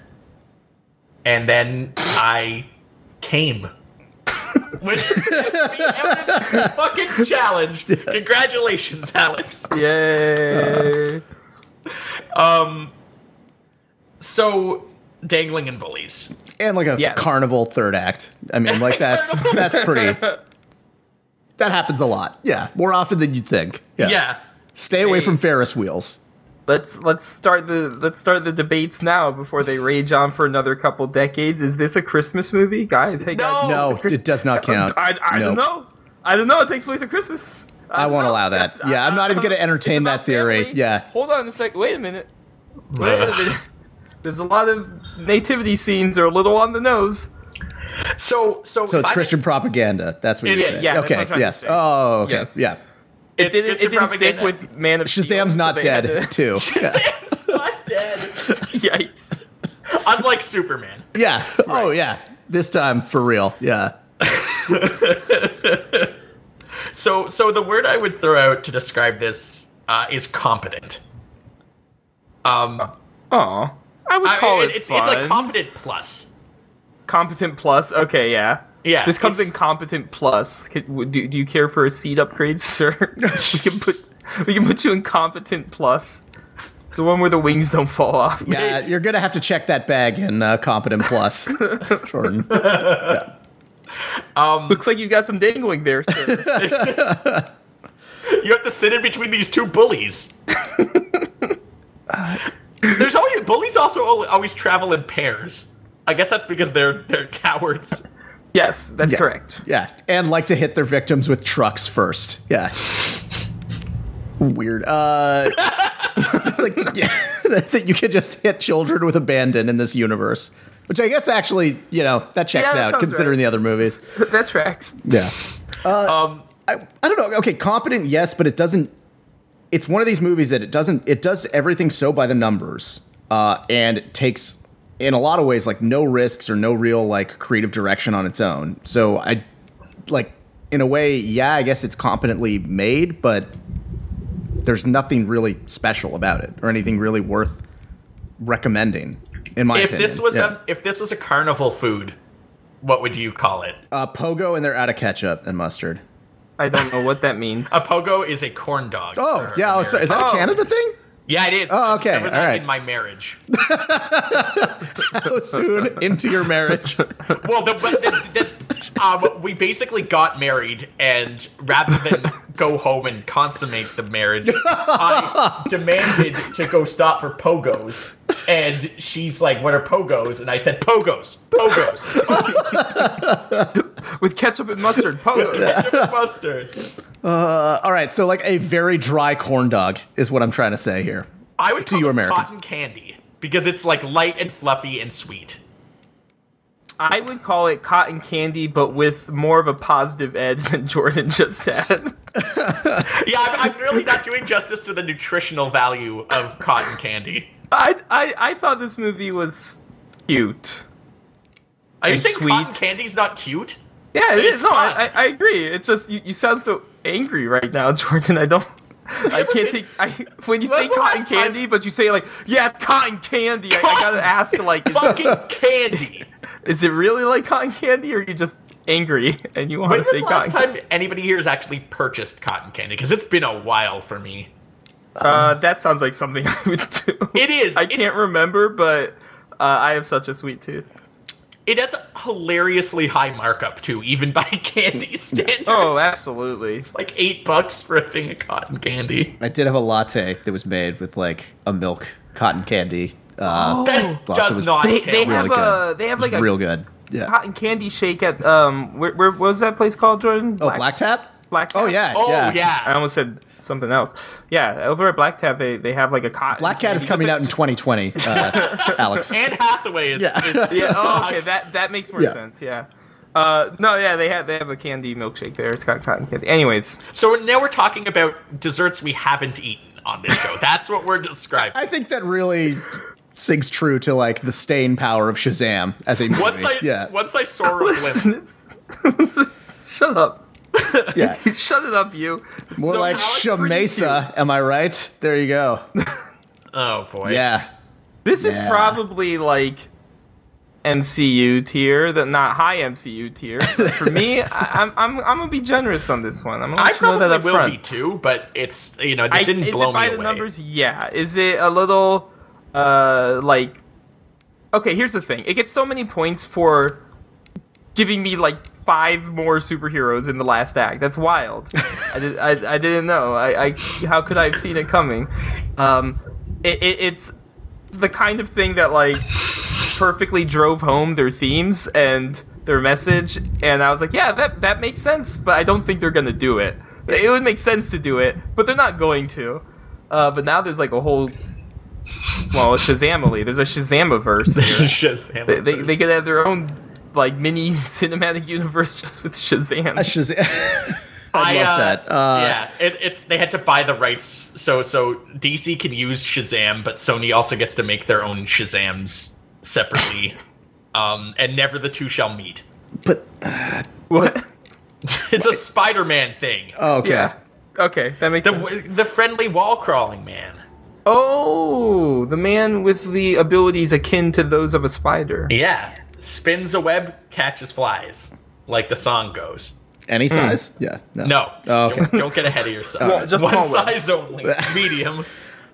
Speaker 4: and then I came. <laughs> Which is the eminent fucking
Speaker 5: <laughs>
Speaker 4: challenge. Congratulations, Alex.
Speaker 6: Yay!
Speaker 4: So, dangling and bullies.
Speaker 5: and like a
Speaker 6: Yes.
Speaker 5: carnival third act. I mean, like that's that's pretty. That happens a lot. Yeah, more often than you'd think. Yeah,
Speaker 4: yeah.
Speaker 5: stay away
Speaker 4: Hey.
Speaker 5: from Ferris wheels.
Speaker 6: let's let's start the let's start the debates now before they rage on for another couple decades. Is this a Christmas movie, guys? Hey, guys,
Speaker 4: No,
Speaker 5: No, it does not count.
Speaker 6: Oh, <laughs> I, I
Speaker 5: Nope.
Speaker 6: don't know. I don't know. It takes place at Christmas.
Speaker 5: I
Speaker 6: don't
Speaker 5: won't
Speaker 6: know.
Speaker 5: allow that.
Speaker 6: That's-
Speaker 5: Yeah, I'm not even gonna
Speaker 6: It's
Speaker 5: entertain
Speaker 6: about
Speaker 5: that theory.
Speaker 6: family.
Speaker 5: Yeah.
Speaker 6: Hold on a sec. Wait
Speaker 5: <sighs>
Speaker 6: a minute. Wait a minute. There's a lot of nativity scenes are a little on the nose.
Speaker 4: So, so,
Speaker 5: So it's
Speaker 4: I-
Speaker 5: Christian propaganda. That's what
Speaker 4: It
Speaker 5: you're
Speaker 4: is,
Speaker 5: saying.
Speaker 6: yeah, that's what
Speaker 5: okay.
Speaker 6: I'm trying to
Speaker 5: yes.
Speaker 6: say.
Speaker 5: Oh. Okay.
Speaker 6: Yes.
Speaker 5: Yeah.
Speaker 6: It didn't,
Speaker 4: Christian
Speaker 6: it didn't stick
Speaker 4: propaganda.
Speaker 6: with Man of Steel,
Speaker 5: Shazam's
Speaker 6: so
Speaker 5: not
Speaker 6: they had <laughs>
Speaker 5: dead
Speaker 6: to-
Speaker 5: too. Yeah.
Speaker 4: <laughs> Sam's not dead.
Speaker 6: <laughs> Yikes.
Speaker 4: Unlike Superman.
Speaker 5: <laughs> Yeah. Oh yeah. This time for real. Yeah.
Speaker 4: So, so the word I would throw out to describe this uh, is competent. Um,
Speaker 6: Aw. I would
Speaker 4: I-
Speaker 6: call it,
Speaker 4: it- it's
Speaker 6: fun.
Speaker 4: it's like competent plus.
Speaker 6: Competent Plus. Okay, yeah.
Speaker 4: Yeah,
Speaker 6: This comes
Speaker 4: it's-
Speaker 6: <laughs> in Competent Plus. Could- w- Do, do you care for a seat upgrade, sir? we can put We can put you in competent plus. The one where the wings don't fall off. <laughs>
Speaker 5: Yeah, you're gonna have to check that bag in uh, competent
Speaker 6: <laughs>
Speaker 5: plus, Jordan.
Speaker 6: Looks like you've got some dangling there, sir. <laughs>
Speaker 4: You have to sit in between these two
Speaker 6: <laughs>
Speaker 4: bullies. There's always bullies. Also, al- always travel in pairs. I guess that's because they're they're cowards.
Speaker 6: yes, that's
Speaker 5: Yeah.
Speaker 6: correct.
Speaker 5: Yeah, and like to hit their victims with trucks first. Yeah. Weird. Uh, <laughs> like, yeah, <laughs> that you can just hit children with abandon in this universe, which I guess actually, you know, that checks
Speaker 6: Yeah, that
Speaker 5: out
Speaker 6: sounds
Speaker 5: considering
Speaker 6: right.
Speaker 5: the other movies.
Speaker 6: <laughs> That tracks.
Speaker 5: Yeah. Uh, um, I, I don't know. Okay, competent, yes, but it doesn't. It's one of these movies that it doesn't. It does everything so by the numbers, uh, and it takes in a lot of ways like no risks or no real like creative direction on its own. So I, like, in a way, yeah, I guess it's competently made, but there's nothing really special about it or anything really worth recommending. In my
Speaker 4: If
Speaker 5: opinion,
Speaker 4: this was
Speaker 5: yeah.
Speaker 4: a if this was a carnival food, what would you call it?
Speaker 5: uh, pogo and they're out of ketchup and mustard.
Speaker 6: I don't know what that <laughs> means.
Speaker 4: A pogo is a corn dog.
Speaker 5: Oh
Speaker 4: for
Speaker 5: yeah, oh,
Speaker 4: America.
Speaker 5: sorry. is that
Speaker 6: Oh.
Speaker 5: a Canada thing?
Speaker 4: yeah, it is.
Speaker 5: Oh,
Speaker 4: I
Speaker 5: okay,
Speaker 4: discovered that
Speaker 5: all right.
Speaker 4: In my marriage.
Speaker 5: so soon into your marriage.
Speaker 4: Well, the, but the, the, um, we basically got married, and rather
Speaker 5: <laughs>
Speaker 4: than go home and consummate the marriage, I demanded to go stop for pogos. And she's like, "What are pogos?" And I said, "Pogos, pogos,
Speaker 6: With ketchup and mustard. Pogos.
Speaker 4: ketchup
Speaker 5: <laughs>
Speaker 4: and mustard."
Speaker 5: Uh, all right, so like a very dry corn dog is what I'm trying to say here.
Speaker 4: I would call
Speaker 5: you
Speaker 4: this
Speaker 5: Americans.
Speaker 4: cotton candy because it's like light and fluffy and sweet.
Speaker 6: I would call it cotton candy, but with more of a positive edge than <laughs> Jordan just had. <laughs>
Speaker 4: Yeah, I'm, I'm really not doing justice to the nutritional value of cotton candy.
Speaker 6: I, I, I thought this movie was cute.
Speaker 4: Are you
Speaker 6: And
Speaker 4: saying cotton
Speaker 6: sweet.
Speaker 4: candy's not cute? <laughs>
Speaker 6: Yeah, it
Speaker 4: It's
Speaker 6: is. No,
Speaker 4: fun.
Speaker 6: I, I, I agree. It's just you, you sound so angry right now, <laughs> Jordan. I don't. I
Speaker 4: <laughs>
Speaker 6: can't take. I when you
Speaker 4: When
Speaker 6: say
Speaker 4: was the
Speaker 6: cotton
Speaker 4: last time-
Speaker 6: candy, but you say like, yeah, it's cotton candy. I, I gotta ask, like, is,
Speaker 4: Fucking candy.
Speaker 6: is it really like cotton candy, or are you just angry <laughs> and you want
Speaker 4: When
Speaker 6: to
Speaker 4: was the
Speaker 6: say
Speaker 4: last
Speaker 6: cotton?
Speaker 4: time anybody here has actually purchased cotton candy? Because it's been a while for me.
Speaker 6: Uh, that sounds like something <laughs> I would do.
Speaker 4: It is.
Speaker 6: I
Speaker 4: It's-
Speaker 6: can't remember, but uh, I have such a sweet tooth.
Speaker 4: It has a hilariously high markup too, even by <laughs> candy standards.
Speaker 6: Oh, absolutely.
Speaker 4: it's like eight bucks for a thing of cotton candy.
Speaker 5: I did have a latte that was made with like a milk cotton candy.
Speaker 6: Oh.
Speaker 5: Uh,
Speaker 4: That
Speaker 5: Well, it
Speaker 4: does
Speaker 5: was-
Speaker 4: not.
Speaker 6: They,
Speaker 4: count.
Speaker 6: they have
Speaker 5: Really
Speaker 6: a
Speaker 5: good.
Speaker 6: they have
Speaker 5: it was
Speaker 6: like a
Speaker 5: real good. Yeah.
Speaker 6: cotton candy shake at um where, where what was that place called, Jordan?
Speaker 5: Oh, black tap.
Speaker 6: Black
Speaker 5: Oh
Speaker 6: Tap.
Speaker 5: yeah.
Speaker 4: oh yeah.
Speaker 6: I almost said something else. Yeah, over at Black Tap, they, they have like a cotton.
Speaker 5: Black Cat is
Speaker 6: candy-
Speaker 5: coming out in 2020, uh, Alex.
Speaker 4: Anne Hathaway is.
Speaker 5: Yeah.
Speaker 4: is-
Speaker 6: Yeah. Oh, okay.
Speaker 4: sucks.
Speaker 6: That that makes more
Speaker 5: Yeah.
Speaker 6: sense. Yeah. Uh, no, yeah, they have they have a candy milkshake there. It's got cotton candy. Anyways, <laughs>
Speaker 4: So now we're talking about desserts we haven't eaten on this show. That's what we're describing.
Speaker 5: I think that really sings true to like the staying power of Shazam as a movie.
Speaker 4: Once I
Speaker 5: yeah.
Speaker 4: once I saw a
Speaker 6: listen,
Speaker 4: blimp,
Speaker 6: it's, shut up,
Speaker 5: yeah.
Speaker 6: shut it up, you. It's
Speaker 5: More
Speaker 6: so-
Speaker 5: like
Speaker 4: Alex, pretty
Speaker 5: Shamesa, am I right? There you go.
Speaker 4: oh boy,
Speaker 5: Yeah.
Speaker 6: this is
Speaker 5: Yeah.
Speaker 6: probably like MCU tier, the not high MCU tier. But for
Speaker 5: <laughs>
Speaker 6: me, I, I'm I'm I'm gonna be generous on this one. I'm gonna
Speaker 4: I
Speaker 6: let you know
Speaker 4: probably
Speaker 6: that up
Speaker 4: will
Speaker 6: front.
Speaker 4: be too, but it's you know it
Speaker 6: I,
Speaker 4: didn't
Speaker 6: is
Speaker 4: blow
Speaker 6: it by
Speaker 4: me
Speaker 6: the
Speaker 4: away. <laughs>
Speaker 6: <laughs> numbers? Yeah. Is it a little, uh, like? Okay, here's the thing. It gets so many points for giving me like five more superheroes in the last act. That's
Speaker 4: <laughs>
Speaker 6: wild. I, did, I, I didn't know. I, I how could I have seen it coming? Um, it, it, it's the kind of thing that like perfectly drove home their themes and their message and i was like yeah that that makes sense but i don't think they're gonna do it it would make sense to do it but they're not going to uh, but now there's like a whole well a shazamily there's a
Speaker 4: <laughs>
Speaker 6: shazamiverse
Speaker 4: This
Speaker 6: here.
Speaker 4: is Shazam.
Speaker 6: they, they, they could have their own like mini <laughs> cinematic universe just with shazam
Speaker 5: A Shazam. I love that. Uh,
Speaker 4: yeah, it, it's they had to buy the rights, so so DC can use Shazam, but Sony also gets to make their own Shazams <laughs> separately, um, and never the two shall meet.
Speaker 5: <laughs>
Speaker 4: <laughs>
Speaker 5: But
Speaker 6: what
Speaker 4: It's a Spider-Man thing.
Speaker 5: oh, okay.
Speaker 6: yeah okay that makes sense
Speaker 4: The the friendly wall crawling man.
Speaker 6: oh the man with the abilities akin to those of a spider
Speaker 4: Yeah, spins a web, catches flies, like the song goes.
Speaker 5: Any size? Yeah. No.
Speaker 4: No.
Speaker 5: Oh, okay.
Speaker 4: don't, don't get ahead of <laughs> yourself.
Speaker 6: Well, just
Speaker 4: One
Speaker 6: small web.
Speaker 4: size only. Medium.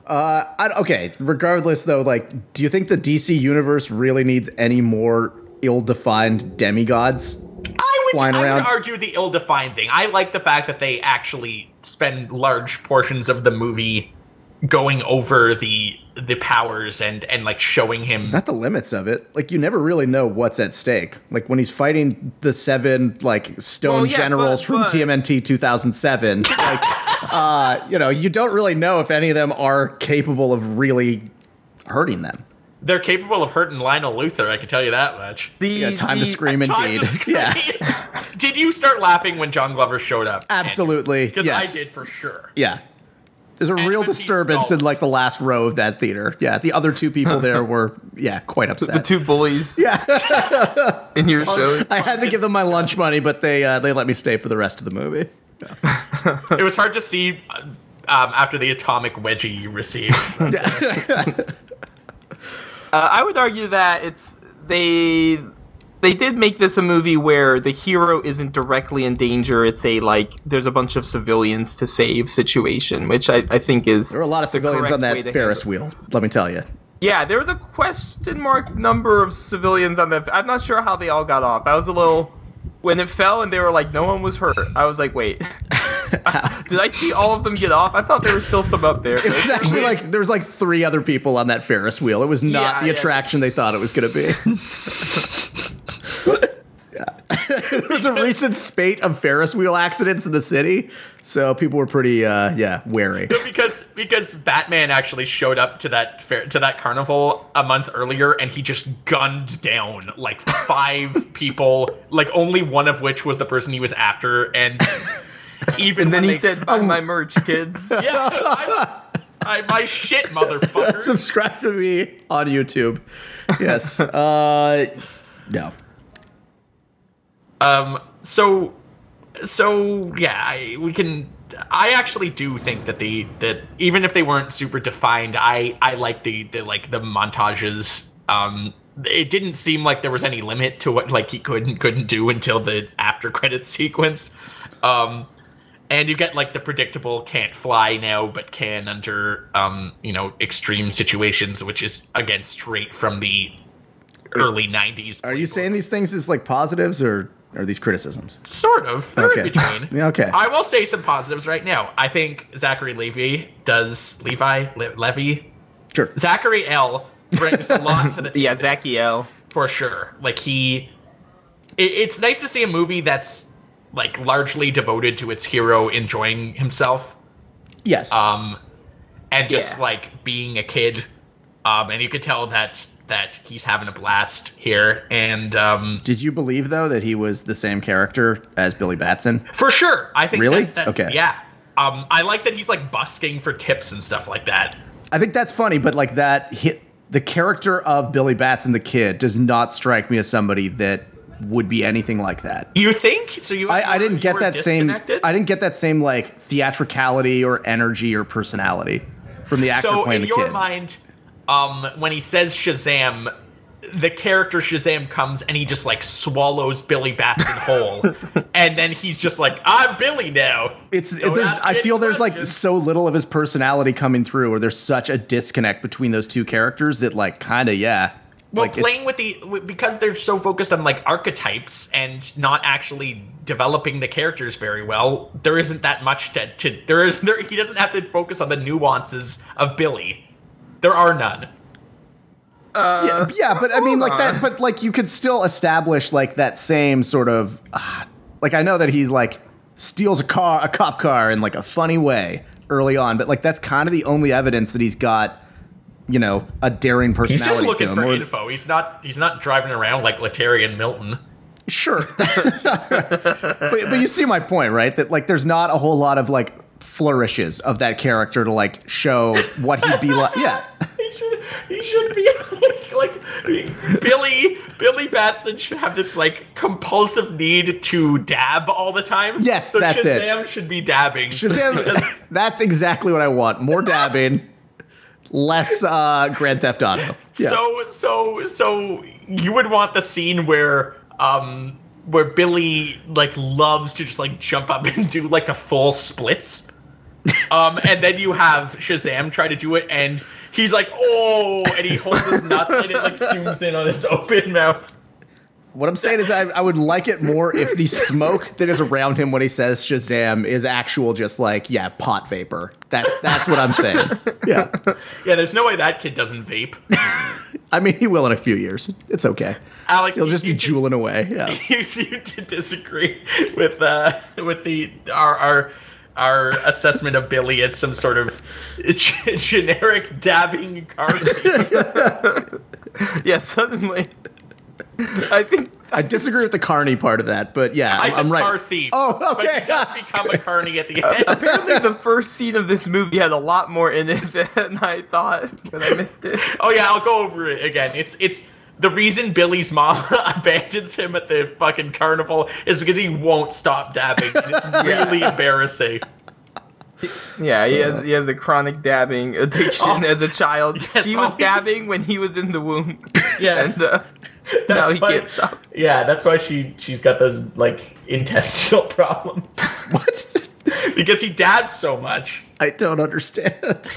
Speaker 5: I, okay. Regardless, though, like, do you think the DC universe really needs any more ill-defined demigods?
Speaker 4: I would,
Speaker 5: Flying
Speaker 4: I
Speaker 5: around.
Speaker 4: would argue the ill-defined thing. I like the fact that they actually spend large portions of the movie going over the the powers and and like showing him
Speaker 5: Not the limits of it. Like, you never really know what's at stake. Like when he's fighting the seven like stone
Speaker 6: Well, yeah,
Speaker 5: generals
Speaker 6: but-
Speaker 5: from
Speaker 6: but-
Speaker 5: TMNT 2007.
Speaker 6: <laughs>
Speaker 5: like, uh, you know, you don't really know if any of them are capable of really hurting them.
Speaker 4: they're capable of hurting Lionel Luther. I can tell you that much.
Speaker 6: The,
Speaker 5: Yeah, time to
Speaker 6: the-
Speaker 5: scream
Speaker 4: Time
Speaker 5: indeed.
Speaker 4: to scream.
Speaker 5: <laughs> Yeah,
Speaker 4: did you start laughing when John Glover showed up?
Speaker 6: <laughs>
Speaker 5: absolutely.
Speaker 4: Because
Speaker 5: yes.
Speaker 4: I did for sure.
Speaker 5: Yeah. There's a
Speaker 4: And
Speaker 5: real
Speaker 4: when he
Speaker 5: disturbance in
Speaker 4: stole-
Speaker 5: like the last row of that theater. Yeah, the other two people
Speaker 6: <laughs>
Speaker 5: there were yeah quite upset.
Speaker 6: The two bullies
Speaker 5: uh, yeah,
Speaker 6: in your show.
Speaker 5: I had to give them my lunch money, but they uh, they let me stay for the rest of the movie.
Speaker 4: It was hard to see uh, um, after the atomic wedgie you received.
Speaker 5: <laughs>
Speaker 6: Uh, I would argue that it's they they did make this a movie where the hero isn't directly in danger. It's a like there's a bunch of civilians to save situation, which I, I think is
Speaker 5: There were a lot of
Speaker 6: the
Speaker 5: civilians
Speaker 6: correct
Speaker 5: on
Speaker 6: way
Speaker 5: that
Speaker 6: to
Speaker 5: Ferris
Speaker 6: handle
Speaker 5: wheel. Let me tell you.
Speaker 6: it. Yeah, there was a question mark number of civilians on that. I'm not sure how they all got off. I was a little when it fell and they were like no one was hurt. I was like wait. <laughs> Did I see all of them get off? I thought there was still some up there.
Speaker 5: It was actually like there was like three other people on that Ferris wheel. It was not
Speaker 6: Yeah,
Speaker 5: the
Speaker 6: yeah.
Speaker 5: attraction they thought it was going to
Speaker 6: <laughs>
Speaker 5: be. Yeah. <laughs> there was a recent spate of Ferris wheel accidents in the city, so people were pretty uh, yeah wary.
Speaker 4: <laughs> because because Batman actually showed up to that fair, to that carnival a month earlier and he just gunned down like five
Speaker 6: <laughs>
Speaker 4: people, like only one of which was the person he was after, and
Speaker 6: <laughs>
Speaker 4: even
Speaker 6: and then
Speaker 4: when
Speaker 6: he
Speaker 4: they-
Speaker 6: said, "Oh." "Buy my merch, <laughs> kids."
Speaker 4: "Yeah, I, I, my shit,
Speaker 6: <laughs>
Speaker 5: <laughs>
Speaker 4: motherfucker."
Speaker 5: Subscribe to me on YouTube. Yes. Uh, no.
Speaker 4: Um. So, so yeah, I, we can. I actually do think that the that even if they weren't super defined, I I like the the like the montages. Um, it didn't seem like there was any limit to what like he could and couldn't do until the after credit <laughs> sequence. Um, and you get like the predictable can't fly now but can under um you know extreme situations, which is again straight from the early '90s.
Speaker 5: Are you saying these things is like positives or are these criticisms?
Speaker 4: Sort of. They're in
Speaker 5: Okay.
Speaker 4: between.
Speaker 5: <laughs> Yeah, okay.
Speaker 4: I will say some positives right now. I think Zachary Levy does Levi Le- Levy
Speaker 5: Sure.
Speaker 4: Zachary L brings a lot to the
Speaker 6: <laughs> Yeah,
Speaker 4: table
Speaker 6: Zachiel.
Speaker 4: for sure. Like he, it, it's nice to see a movie that's like largely devoted to its hero enjoying himself
Speaker 5: Yes.
Speaker 4: um, and just
Speaker 6: Yeah.
Speaker 4: like being a kid. Um, and you could tell that that he's having a blast here. And um,
Speaker 5: Did you believe though that he was the same character as Billy Batson?
Speaker 4: For sure. I think
Speaker 5: Really?
Speaker 4: that- that-
Speaker 5: Okay.
Speaker 4: Yeah. Um, I like that he's like busking for tips and stuff like that.
Speaker 5: I think that's funny, but like that hit the character of Billy Batson the kid does not strike me as somebody that would be anything like that.
Speaker 4: You think? So you?
Speaker 5: I, I didn't
Speaker 4: you
Speaker 5: get
Speaker 4: were
Speaker 5: that same
Speaker 4: disconnected?
Speaker 5: I didn't get that same like theatricality or energy or personality from the actor
Speaker 4: So
Speaker 5: playing
Speaker 4: in
Speaker 5: the
Speaker 4: your
Speaker 5: kid.
Speaker 4: mind, um, when he says Shazam, the character Shazam comes and he just like swallows Billy
Speaker 5: <laughs>
Speaker 4: Batson whole, and then he's just like, "I'm Billy now."
Speaker 5: it's
Speaker 4: Don't
Speaker 5: there's
Speaker 4: ask
Speaker 5: I
Speaker 4: any
Speaker 5: feel there's like
Speaker 4: questions.
Speaker 5: so little of his personality coming through or there's such a disconnect between those two characters that like kind of yeah.
Speaker 4: Well,
Speaker 5: like it-
Speaker 4: playing with the w- because they're so focused on like archetypes and not actually developing the characters very well, there isn't that much to, to there is there he doesn't have to focus on the nuances of Billy. There are none.
Speaker 5: yeah, yeah, but I mean, like
Speaker 6: on.
Speaker 5: that, but like you could still establish like that same sort of, ah, like I know that he's like steals a car, a cop car, in like a funny way early on, but like that's kind of the only evidence that he's got, you know, a daring
Speaker 4: He's
Speaker 5: personality
Speaker 4: just looking
Speaker 5: to him.
Speaker 4: for
Speaker 5: or-
Speaker 4: info. He's not he's not driving around like Letarian Milton. <laughs>
Speaker 5: sure, but but you see my point, right? That like there's not a whole lot of like flourishes of that character to like show what he'd be like. Yeah,
Speaker 4: He should he should be <laughs> like, like Billy Billy Batson should have this like compulsive need to dab all the time.
Speaker 5: Yes,
Speaker 4: so
Speaker 5: that's it.
Speaker 4: Shazam should be dabbing. <laughs>
Speaker 5: Shazam. <laughs> that's exactly what I want. More dabbing, less uh, Grand Theft Auto. Yeah.
Speaker 4: So so so you would want the scene where um where Billy like loves to just like jump up <laughs> and do like a full splits. Um, and then you have Shazam try to do it, and he's like, "Oh!" and he holds his nuts, and it like zooms in on his <laughs> open mouth.
Speaker 5: What I'm saying is, I, I would like it more if the smoke that is around him when he says Shazam is actual, just like yeah, pot vapor. That's that's what I'm saying. Yeah,
Speaker 4: Yeah, there's no way that kid doesn't vape.
Speaker 5: I mean he will in a few years. It's okay.
Speaker 4: Alex,
Speaker 5: He'll
Speaker 4: you- <laughs>
Speaker 5: just be
Speaker 4: you-
Speaker 5: jeweling away. Yeah.
Speaker 4: <laughs> you seem to disagree with uh with the our our our assessment of Billy as some sort of <laughs> g- generic dabbing
Speaker 5: <laughs>
Speaker 4: card.
Speaker 6: Yeah, suddenly. I think
Speaker 5: I disagree with the Carney part of that, but yeah,
Speaker 4: I
Speaker 5: I'm,
Speaker 4: said
Speaker 5: I'm right.
Speaker 4: car thief.
Speaker 5: Oh,
Speaker 4: But
Speaker 5: okay.
Speaker 4: he does become a carny
Speaker 5: <laughs>
Speaker 4: at the end.
Speaker 6: apparently the first scene of this movie had a lot more in it <laughs> than I thought, but I missed it.
Speaker 4: Oh yeah, I'll go over it again. It's it's the reason Billy's mom <laughs> abandons him at the fucking carnival is because he won't stop dabbing.
Speaker 5: <laughs>
Speaker 4: It's really embarrassing.
Speaker 6: Yeah, he has, he has a chronic dabbing addiction
Speaker 4: Oh.
Speaker 6: as a <laughs> child.
Speaker 4: Yes,
Speaker 6: he was
Speaker 4: oh, he-
Speaker 6: dabbing when he was in the <laughs> womb.
Speaker 4: Yes.
Speaker 6: And, uh,
Speaker 4: <laughs>
Speaker 6: now he
Speaker 4: why-
Speaker 6: can't stop.
Speaker 4: Yeah, that's why she she's got those like intestinal <laughs> problems
Speaker 5: What?
Speaker 4: <laughs> because he dabbed so much.
Speaker 5: I don't understand. <laughs>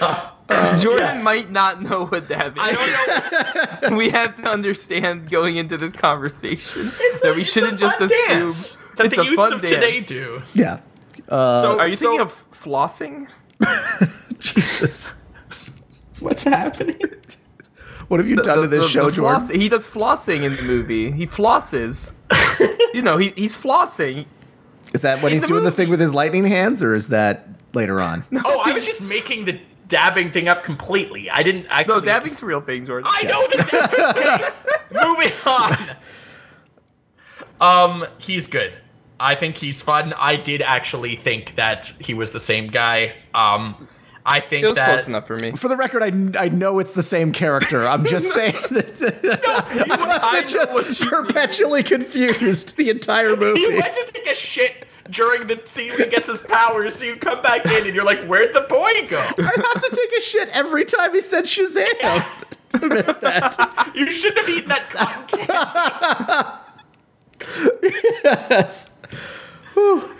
Speaker 6: Oh, Jordan might not know what dabbing
Speaker 4: I
Speaker 6: is.
Speaker 4: <laughs> don't know.
Speaker 6: we have to understand going into this conversation that we
Speaker 4: it's a
Speaker 6: shouldn't just
Speaker 4: fun
Speaker 6: assume
Speaker 4: dance that
Speaker 6: it's
Speaker 4: the
Speaker 6: a
Speaker 4: youths
Speaker 6: fun
Speaker 4: of
Speaker 6: dance.
Speaker 4: today do.
Speaker 5: Yeah. <laughs>
Speaker 6: So, are you
Speaker 4: so-
Speaker 6: thinking of flossing?
Speaker 5: Jesus.
Speaker 4: What's happening?
Speaker 5: What have you done to this
Speaker 6: the-
Speaker 5: show,
Speaker 6: the
Speaker 5: Jordan?
Speaker 6: floss- he does flossing in the movie.
Speaker 4: <laughs>
Speaker 6: He flosses. you know, he, he's flossing.
Speaker 5: Is that when
Speaker 6: He's
Speaker 5: he's
Speaker 6: a
Speaker 5: doing the
Speaker 6: movie.
Speaker 5: thing with his lightning hands, or is that later on?
Speaker 4: Oh, I was just making the dabbing thing up completely. I didn't. Actually,
Speaker 6: No, dabbing's a real thing, Jordan.
Speaker 4: I know the dabbing. thing. Moving on. Um, he's good. I think he's fun. I did actually think that he was the same guy. Um, I think
Speaker 6: it was
Speaker 4: that
Speaker 6: close enough for me.
Speaker 5: For the record, I, kn- I know it's the same character. I'm <laughs> just saying that I'm
Speaker 4: <laughs>
Speaker 5: just perpetually confused the <laughs> entire
Speaker 4: He
Speaker 5: movie.
Speaker 4: went to take a shit during the scene when he gets his powers, so you come back in and you're like, where'd the boy go?
Speaker 5: <laughs> I have to take a shit every time he said Shazam. to miss that.
Speaker 4: You shouldn't have eaten that cotton candy.
Speaker 5: Yes.
Speaker 4: I like-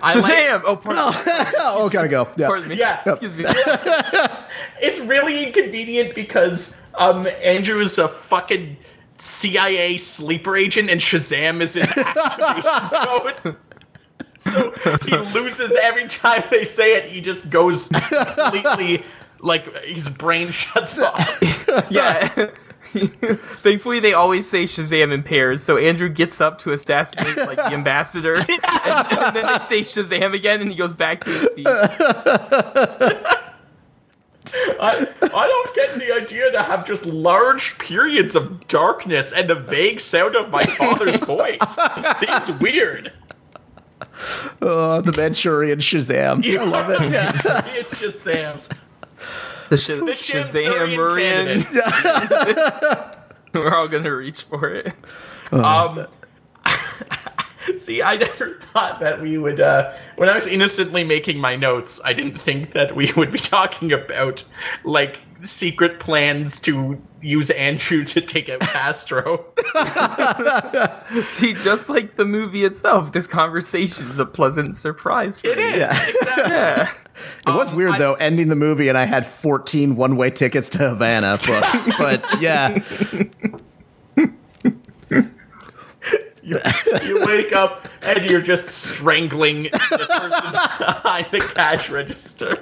Speaker 6: Shazam! oh, pardon,
Speaker 5: oh, gotta go. Yeah.
Speaker 6: pardon me.
Speaker 4: Yeah.
Speaker 6: Excuse
Speaker 4: <laughs>
Speaker 6: me.
Speaker 4: it's really inconvenient because um, Andrew is a fucking CIA sleeper agent and Shazam is his activation code. So he loses every time they say it. He just goes completely, like, his brain shuts off.
Speaker 6: yeah. <laughs> Thankfully, they always say Shazam in pairs, so Andrew gets up to assassinate
Speaker 4: <laughs>
Speaker 6: like the ambassador, and, and then they say Shazam again, and he goes back to
Speaker 4: <laughs>
Speaker 6: his seat.
Speaker 4: I, I don't get the idea to have just large periods of darkness and the vague sound of my father's voice. Seems weird.
Speaker 5: Oh, the Manchurian Shazam. I love
Speaker 4: <laughs>
Speaker 5: it. Yeah.
Speaker 4: It's just Sam.
Speaker 6: The, sh-
Speaker 4: The Shazam
Speaker 6: Shazamurian. <laughs> We're all gonna reach for it.
Speaker 4: Um, see, I never thought that we would. Uh, when I was innocently making my notes, I didn't think that we would be <laughs> talking about like secret plans to use Andrew to take out Castro.
Speaker 6: See, just like the movie itself, this conversation is a pleasant surprise. For
Speaker 4: It
Speaker 6: me.
Speaker 4: is
Speaker 5: <laughs> Yeah.
Speaker 4: exactly.
Speaker 6: Yeah.
Speaker 5: It was
Speaker 4: Um,
Speaker 5: weird
Speaker 4: I-
Speaker 5: though, ending the movie and I had 14 one-way tickets to Havana,
Speaker 4: <laughs>
Speaker 5: but, but yeah,
Speaker 4: You wake up and you're just strangling the person <laughs> behind the cash register.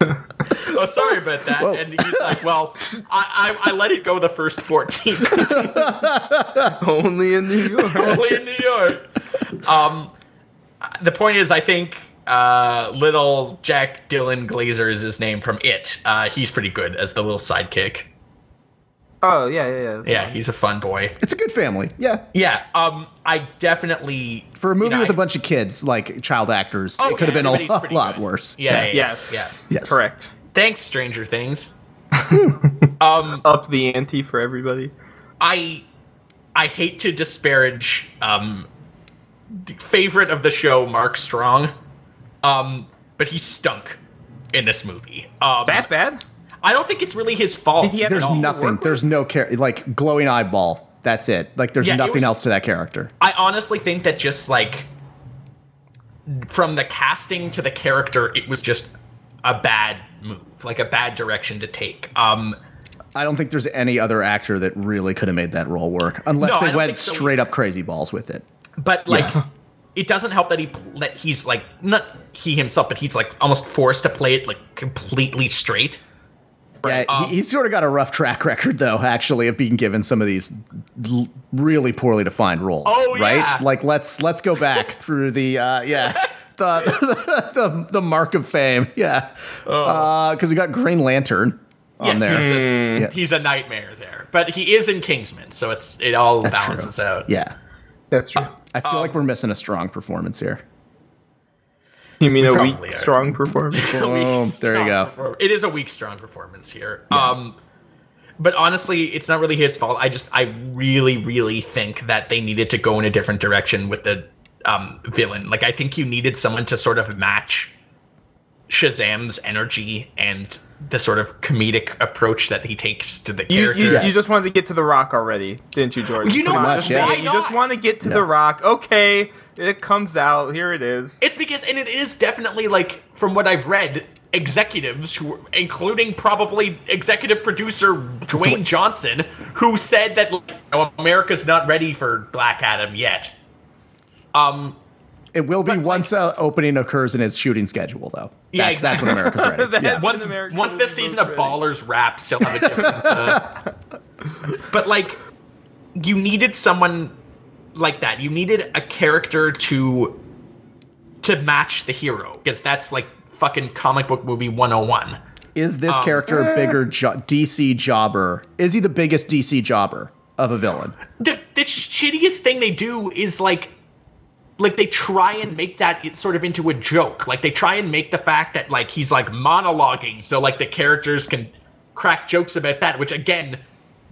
Speaker 4: Oh, sorry about that. And he's like, well, I, I, I let it go the first 14 times
Speaker 6: Only in New York.
Speaker 4: <laughs> only in New York. Um, the point is, I think uh, little Jack Dylan Glazer is his name from It. Uh, he's pretty good as the little sidekick.
Speaker 6: Oh yeah, yeah, yeah.
Speaker 4: Yeah, he's a fun boy.
Speaker 5: it's a good family. Yeah.
Speaker 4: Yeah, um, I definitely
Speaker 5: For a movie
Speaker 4: you know,
Speaker 5: with a
Speaker 4: I-
Speaker 5: bunch of kids, like child actors,
Speaker 4: Oh,
Speaker 5: it could have
Speaker 4: yeah,
Speaker 5: been a
Speaker 4: everybody's
Speaker 5: lot,
Speaker 4: pretty
Speaker 5: lot
Speaker 4: good.
Speaker 5: worse.
Speaker 4: Yeah, yeah, yeah,
Speaker 6: Yes.
Speaker 4: yeah.
Speaker 5: Yes.
Speaker 6: Correct.
Speaker 4: Thanks, Stranger
Speaker 6: <laughs>
Speaker 4: Things. um,
Speaker 6: Up the ante for everybody.
Speaker 4: I I hate to disparage um the favorite of the show, Mark Strong, um, but he stunk in this movie. Um,
Speaker 6: That bad?
Speaker 4: I don't think it's really his fault.
Speaker 6: Did he have
Speaker 4: at
Speaker 5: There's
Speaker 4: all.
Speaker 6: to
Speaker 5: nothing.
Speaker 6: work
Speaker 5: There's no care. Like glowing eyeball. That's it. Like there's
Speaker 4: Yeah, it
Speaker 5: nothing
Speaker 4: was-
Speaker 5: else to that character.
Speaker 4: I honestly think that just like from the casting to the character, it was just a bad move, like a bad direction to take. Um,
Speaker 5: I don't think there's any other actor that really could have made that role work unless
Speaker 4: No, I
Speaker 5: they
Speaker 4: don't
Speaker 5: went
Speaker 4: think so.
Speaker 5: straight up crazy balls with it.
Speaker 4: but like it doesn't help that he pl- that he's like not he himself, but he's like almost forced to play it like completely straight.
Speaker 5: Yeah,
Speaker 4: Um,
Speaker 5: Uh, he, he's sort of got a rough track <laughs> record though, actually, of being given some of these l- really poorly defined roles.
Speaker 4: Oh,
Speaker 5: right.
Speaker 4: yeah.
Speaker 5: Like let's let's go back <laughs> through the uh, yeah <laughs> the, the the mark of fame. <laughs> Yeah, because
Speaker 4: Oh.
Speaker 5: we got Green Lantern on
Speaker 4: Yeah,
Speaker 5: there.
Speaker 4: he's a-
Speaker 5: Yes.
Speaker 4: He's a nightmare there, but he is in Kingsman, so it's it all
Speaker 5: That's true.
Speaker 4: balances out.
Speaker 5: Yeah,
Speaker 6: That's true.
Speaker 5: I
Speaker 4: Um,
Speaker 5: feel like we're missing a strong performance here.
Speaker 6: You mean a
Speaker 4: Probably
Speaker 6: weak,
Speaker 4: are.
Speaker 6: strong performance?
Speaker 5: Boom.
Speaker 4: <laughs> Weak,
Speaker 5: There you
Speaker 4: strong
Speaker 5: go.
Speaker 4: perform- It is a weak, strong performance here. Um, but honestly, it's not really his fault. I just, I really, really think that they needed to go in a different direction with the um, villain. Like, I think you needed someone to sort of match Shazam's energy and the sort of comedic approach that he takes to the
Speaker 6: You,
Speaker 4: character.
Speaker 6: you, you just wanted to get to The Rock already, didn't you, Jordan?
Speaker 4: You know
Speaker 6: Come
Speaker 4: what?
Speaker 6: on, just
Speaker 5: Why
Speaker 6: say it. You just
Speaker 4: not?
Speaker 6: want to get to The Rock. Okay, it comes out. Here it is.
Speaker 4: It's because, and it is definitely like, from what I've read, executives who, including probably executive producer Dwayne Johnson, who said that like, "Oh, America's not ready for Black Adam yet. Um,
Speaker 5: It will be once a opening occurs in his shooting schedule, though.
Speaker 4: Yeah,
Speaker 5: that's that's when America's
Speaker 4: <laughs>
Speaker 5: ready. yeah.
Speaker 6: That's
Speaker 4: once
Speaker 6: when America
Speaker 4: once this
Speaker 6: was
Speaker 4: season
Speaker 6: most
Speaker 4: of
Speaker 6: ready.
Speaker 4: Ballers wraps, he'll have a different. Uh,
Speaker 6: <laughs>
Speaker 4: but like, you needed someone like that. You needed a character to to match the hero because that's like fucking comic book movie 101.
Speaker 5: Is this
Speaker 4: Um,
Speaker 5: character a
Speaker 4: <laughs>
Speaker 5: bigger jo- DC jobber? Is he the biggest DC jobber of a villain?
Speaker 4: the, the shittiest thing they do is like like they try and make that it sort of into a joke like they try and make the fact that like he's like monologuing so like the characters can crack jokes about that which again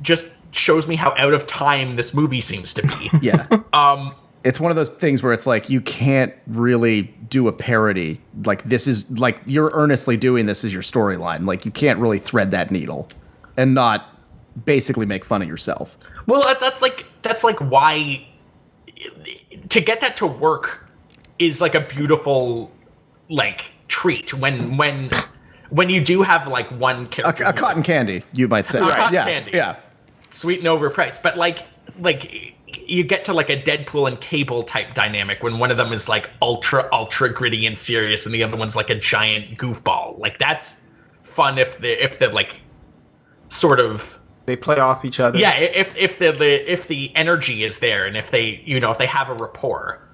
Speaker 4: just shows me how out of time this movie seems to be
Speaker 5: Yeah. um, it's one of those things where it's like you can't really do a parody. Like this is like you're earnestly doing this as your storyline. Like you can't really thread that needle and not basically make fun of yourself.
Speaker 4: Well, that- that's like that's like why to get that to work is like a beautiful like treat when when when you do have like one
Speaker 5: A,
Speaker 4: character
Speaker 5: a cotton candy, you might say.
Speaker 4: cotton
Speaker 5: yeah.
Speaker 4: candy.
Speaker 5: Yeah.
Speaker 4: sweet and overpriced, but like like you get to like a Deadpool and Cable type dynamic when one of them is like ultra ultra gritty and serious, and the other one's like a giant goofball. Like that's fun if the if the like sort of
Speaker 6: They play off each other.
Speaker 4: yeah i- if if the, the if the energy is there and if they you know if they have a rapport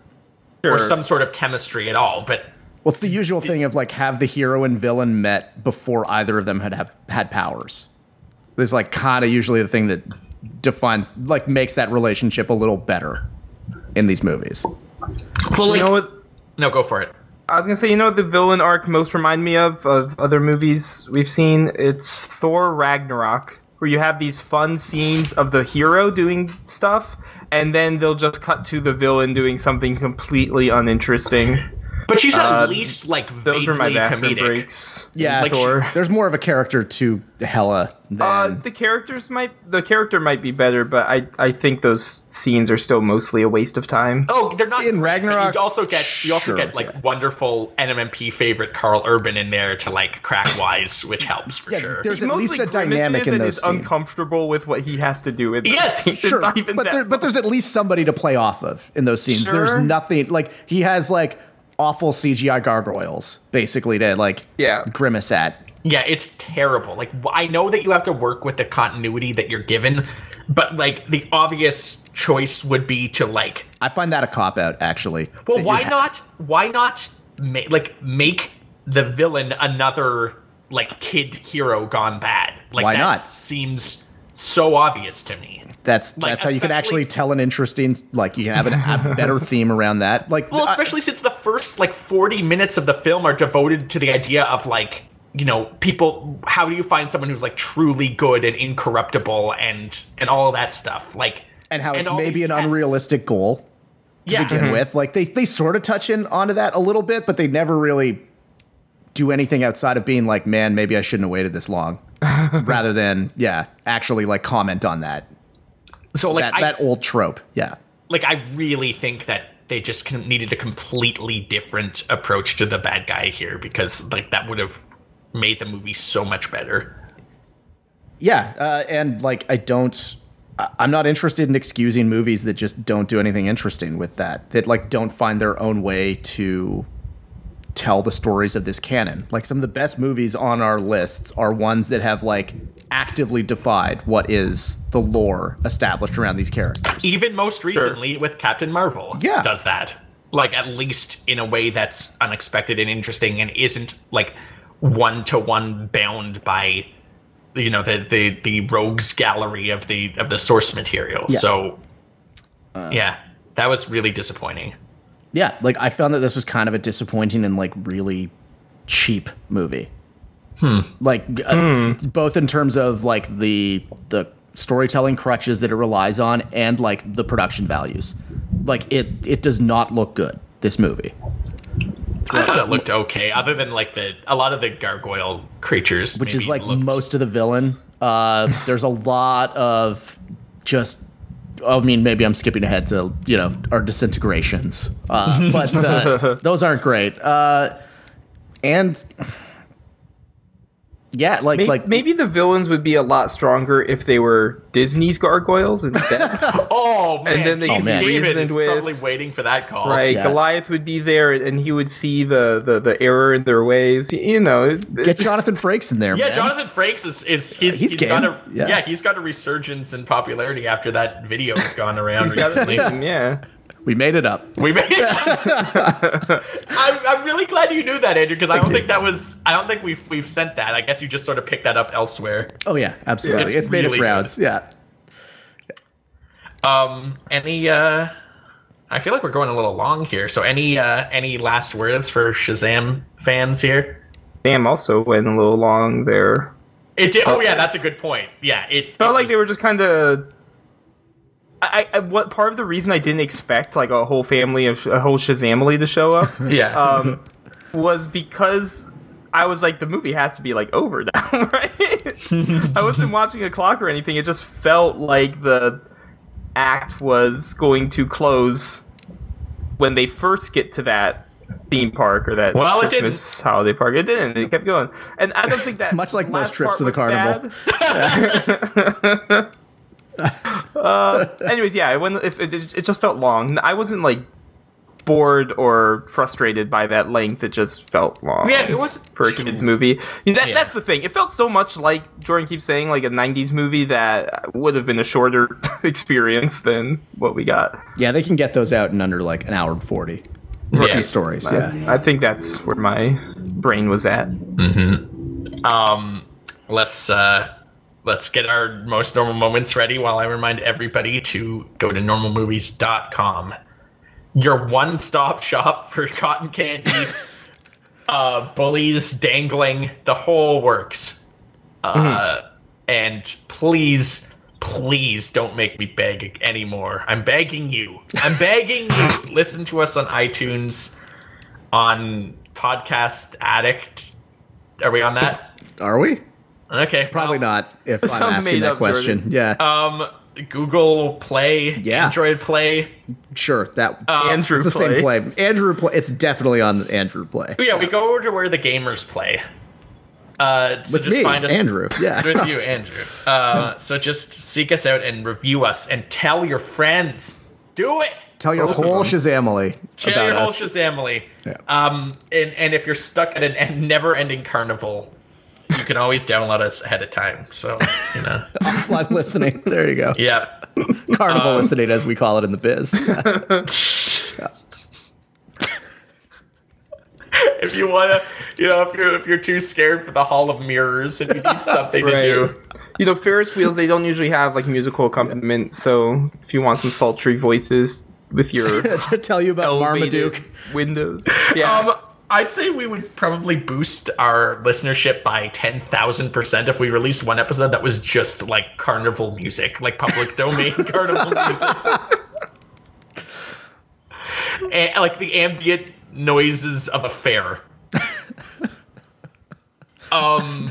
Speaker 4: or
Speaker 6: sure.
Speaker 4: some sort of chemistry at all, but.
Speaker 5: Well, it's the usual thing of like have the hero and villain met before either of them had have, had powers. There's like kind of usually the thing that defines like makes that relationship a little better in these movies.
Speaker 6: You know what?
Speaker 4: No, go for it.
Speaker 6: I was gonna say, you know, what the villain arc most remind me of of other movies we've seen. It's Thor Ragnarok, where you have these fun scenes of the hero doing stuff, and then they'll just cut to the villain doing something completely uninteresting.
Speaker 4: But she's at
Speaker 6: Uh,
Speaker 4: least like vaguely
Speaker 6: Those are my bathroom
Speaker 4: comedic.
Speaker 6: breaks.
Speaker 5: Yeah,
Speaker 4: Like,
Speaker 6: Thor.
Speaker 5: there's more of a character to Hella than
Speaker 6: Uh, the characters might the character might be better, but I I think those scenes are still mostly a waste of time.
Speaker 4: Oh, they're not
Speaker 5: In
Speaker 4: great, but
Speaker 5: Ragnarok,
Speaker 4: You also get you also
Speaker 5: sure,
Speaker 4: get like
Speaker 5: yeah.
Speaker 4: wonderful NMMP favorite Carl Urban in there to like crack wise, which helps for
Speaker 5: Yeah,
Speaker 4: sure.
Speaker 5: there's at
Speaker 6: Mostly
Speaker 5: least a
Speaker 6: Grimace
Speaker 5: dynamic
Speaker 6: is
Speaker 5: in
Speaker 6: and
Speaker 5: those.
Speaker 6: is
Speaker 5: scenes.
Speaker 6: uncomfortable with what he has to do. In those
Speaker 4: Yes,
Speaker 6: scenes. <laughs> It's
Speaker 5: sure,
Speaker 6: not even
Speaker 5: but
Speaker 6: that
Speaker 5: there, but there's at least somebody to play off of in those scenes.
Speaker 6: Sure.
Speaker 5: There's nothing like he has like awful CGI gargoyles basically to like
Speaker 6: Yeah.
Speaker 5: grimace at.
Speaker 4: yeah, it's terrible. Like w- I know that you have to work with the continuity that you're given, but like the obvious choice would be to like,
Speaker 5: I find that a cop out actually.
Speaker 4: well,
Speaker 5: that you
Speaker 4: why
Speaker 5: ha-
Speaker 4: not? Why not? Ma- like make the villain another like kid hero gone bad. Like
Speaker 5: Why
Speaker 4: that
Speaker 5: not?
Speaker 4: Seems so obvious to me.
Speaker 5: That's
Speaker 4: Like,
Speaker 5: that's how you can
Speaker 4: especially-
Speaker 5: actually tell an interesting like you can have an, a better theme around that. Like
Speaker 4: Well,
Speaker 5: I-
Speaker 4: especially since the first like 40 minutes of the film are devoted to the idea of like, you know, people how do you find someone who's like truly good and incorruptible and and all that stuff. Like
Speaker 5: and how it's
Speaker 4: all
Speaker 5: maybe
Speaker 4: these
Speaker 5: an
Speaker 4: tests.
Speaker 5: unrealistic goal to
Speaker 4: Yeah.
Speaker 5: begin with. Like they they sort of touch in onto that a little bit, but they never really do anything outside of being like, man, maybe I shouldn't have waited this long, rather than yeah, actually like comment on that.
Speaker 4: So like
Speaker 5: that,
Speaker 4: I,
Speaker 5: that old trope. Yeah.
Speaker 4: like I really think that they just con- needed a completely different approach to the bad guy here because like that would have made the movie so much better.
Speaker 5: Yeah, uh, and like I don't, I- I'm not interested in excusing movies that just don't do anything interesting with that. That like don't find their own way to tell the stories of this canon. Like some of the best movies on our lists are ones that have like actively defied what is the lore established around these characters.
Speaker 4: Even most recently with Captain Marvel,
Speaker 5: Yeah.
Speaker 4: does that like at least in a way that's unexpected and interesting and isn't like one to one bound by you know the the the rogues gallery of the of the source material.
Speaker 5: Yeah.
Speaker 4: So yeah, that was really disappointing.
Speaker 5: Yeah, like I found that this was kind of a disappointing and like really cheap movie. Hmm. Like uh, both in terms of like the the storytelling crutches that it relies on and like the production values. Like it it does not look good this movie.
Speaker 4: I thought it looked okay, other than like the a lot of the gargoyle creatures,
Speaker 5: which is
Speaker 4: maybe
Speaker 5: like
Speaker 4: looked-
Speaker 5: most of the villain. Uh,
Speaker 4: <laughs>
Speaker 5: there's a lot of just. I mean, maybe I'm skipping ahead to you know our disintegrations,
Speaker 4: <laughs>
Speaker 5: uh, but uh, those aren't great. Uh, and yeah, like
Speaker 6: Maybe,
Speaker 5: like
Speaker 6: maybe the villains would be a lot stronger if they were Disney's gargoils instead.
Speaker 4: oh man,
Speaker 6: and then they
Speaker 5: Oh,
Speaker 6: could
Speaker 5: man.
Speaker 6: be
Speaker 4: David
Speaker 6: reasoned
Speaker 4: is
Speaker 6: with.
Speaker 4: probably waiting for that call.
Speaker 6: Right,
Speaker 5: Yeah.
Speaker 6: Goliath would be there, and he would see the, the, the error in their ways. You know, it-
Speaker 5: get Jonathan Frakes in there,
Speaker 4: <laughs> Yeah,
Speaker 5: man.
Speaker 4: Jonathan Frakes is is he's
Speaker 5: He's
Speaker 4: he's got
Speaker 5: game.
Speaker 4: a
Speaker 5: Yeah.
Speaker 4: yeah. he's got a resurgence in popularity after that video has gone around
Speaker 6: he's got
Speaker 4: recently.
Speaker 6: it. Yeah,
Speaker 5: We made it up.
Speaker 4: we made. <laughs> I'm, I'm really glad you knew that, Andrew, because I don't think that was I don't think we've we've sent that. I guess you just sort of picked that up elsewhere.
Speaker 5: Oh yeah, absolutely.
Speaker 4: It's
Speaker 5: It's, made its
Speaker 4: really
Speaker 5: rounds. Yeah.
Speaker 4: Um, any uh, I feel like we're going a little long here. So any uh, any last words for Shazam fans here?
Speaker 6: damn. Also went a little long there.
Speaker 4: It did. Oh yeah, that's a good point. Yeah, it
Speaker 6: felt
Speaker 4: it
Speaker 6: like
Speaker 4: was-
Speaker 6: they were just kind of. I, I what part of the reason I didn't expect like a whole family of a whole Shazamily to show
Speaker 5: <laughs>
Speaker 6: up
Speaker 4: Yeah,
Speaker 6: um, was because I was like the movie has to be like over <laughs> now, right? I wasn't watching a clock or anything. It just felt like the act was going to close when they first get to that theme park or that
Speaker 4: Well, it
Speaker 6: Christmas holiday park. It didn't. It kept going, and I don't think that
Speaker 5: <laughs> Much like most trips
Speaker 6: last part
Speaker 5: to the
Speaker 6: was
Speaker 5: carnival.
Speaker 6: bad. <laughs>
Speaker 5: <laughs>
Speaker 6: Uh, Anyways, yeah, when if it, it just felt long. I wasn't like bored or frustrated by that length. It just felt long.
Speaker 4: yeah. It was
Speaker 6: For a kids movie, You know, that,
Speaker 4: Yeah.
Speaker 6: that's the thing. It felt so much like Jordan keeps saying, like a '90s movie that would have been a shorter <laughs> experience than what we got.
Speaker 5: Yeah, they can get those out in under like an hour and forty.
Speaker 4: Yeah.
Speaker 5: These stories. Yeah.
Speaker 6: I think that's where my brain was at.
Speaker 4: Um, let's uh, let's get our most normal moments ready while I remind everybody to go to normalmovies.com. Your one-stop shop for cotton candy, uh, bullies, dangling, the whole works. Uh, And please, please don't make me beg anymore. I'm begging you. I'm begging you. Listen to us on iTunes, on Podcast Addict. Are we on that?
Speaker 5: Are we?
Speaker 4: Okay,
Speaker 5: Probably
Speaker 4: well,
Speaker 5: not. If I'm
Speaker 6: sounds
Speaker 5: asking
Speaker 6: made
Speaker 5: that
Speaker 6: up, Jordan.
Speaker 5: question. Yeah.
Speaker 4: Um, Google Play,
Speaker 5: Yeah.
Speaker 4: Android Play.
Speaker 5: sure. That
Speaker 6: Andrew,
Speaker 5: It's the
Speaker 6: play.
Speaker 5: same play. Andrew play. It's definitely on Andrew play.
Speaker 4: Yeah, we go over to where the gamers play. Uh, so
Speaker 5: With
Speaker 4: just
Speaker 5: me,
Speaker 4: find us,
Speaker 5: Andrew. Yeah.
Speaker 4: <laughs>
Speaker 5: <laughs>
Speaker 4: with you, Andrew. Uh, so just seek us out and review us and tell your friends. Do it.
Speaker 5: Tell your whole Shazamily
Speaker 4: Tell
Speaker 5: about
Speaker 4: your whole
Speaker 5: us.
Speaker 4: Shazamily.
Speaker 5: Yeah.
Speaker 4: Um, and and if you're stuck at an end, never-ending carnival, you can always download us ahead of time. So
Speaker 5: <laughs>
Speaker 4: you know,
Speaker 5: Offline listening. There you go.
Speaker 4: yeah. um,
Speaker 5: Carnival listening, as we call it in the
Speaker 4: <laughs>
Speaker 5: biz. Yeah.
Speaker 4: if you wanna, you know, if you're if you're too scared for the Hall of Mirrors and you need something
Speaker 6: Right.
Speaker 4: to do.
Speaker 6: You know, Ferris wheels they don't usually have like musical accompaniment. So if you want some sultry voices with your
Speaker 5: to tell you about
Speaker 6: elevated
Speaker 5: Marmaduke.
Speaker 6: windows, yeah.
Speaker 4: Um, I'd say we would probably boost our listenership by ten thousand percent if we released one episode that was just like carnival music, like
Speaker 6: <laughs>
Speaker 4: public domain carnival music, and, like the ambient
Speaker 6: <laughs>
Speaker 4: noises of a fair. Um.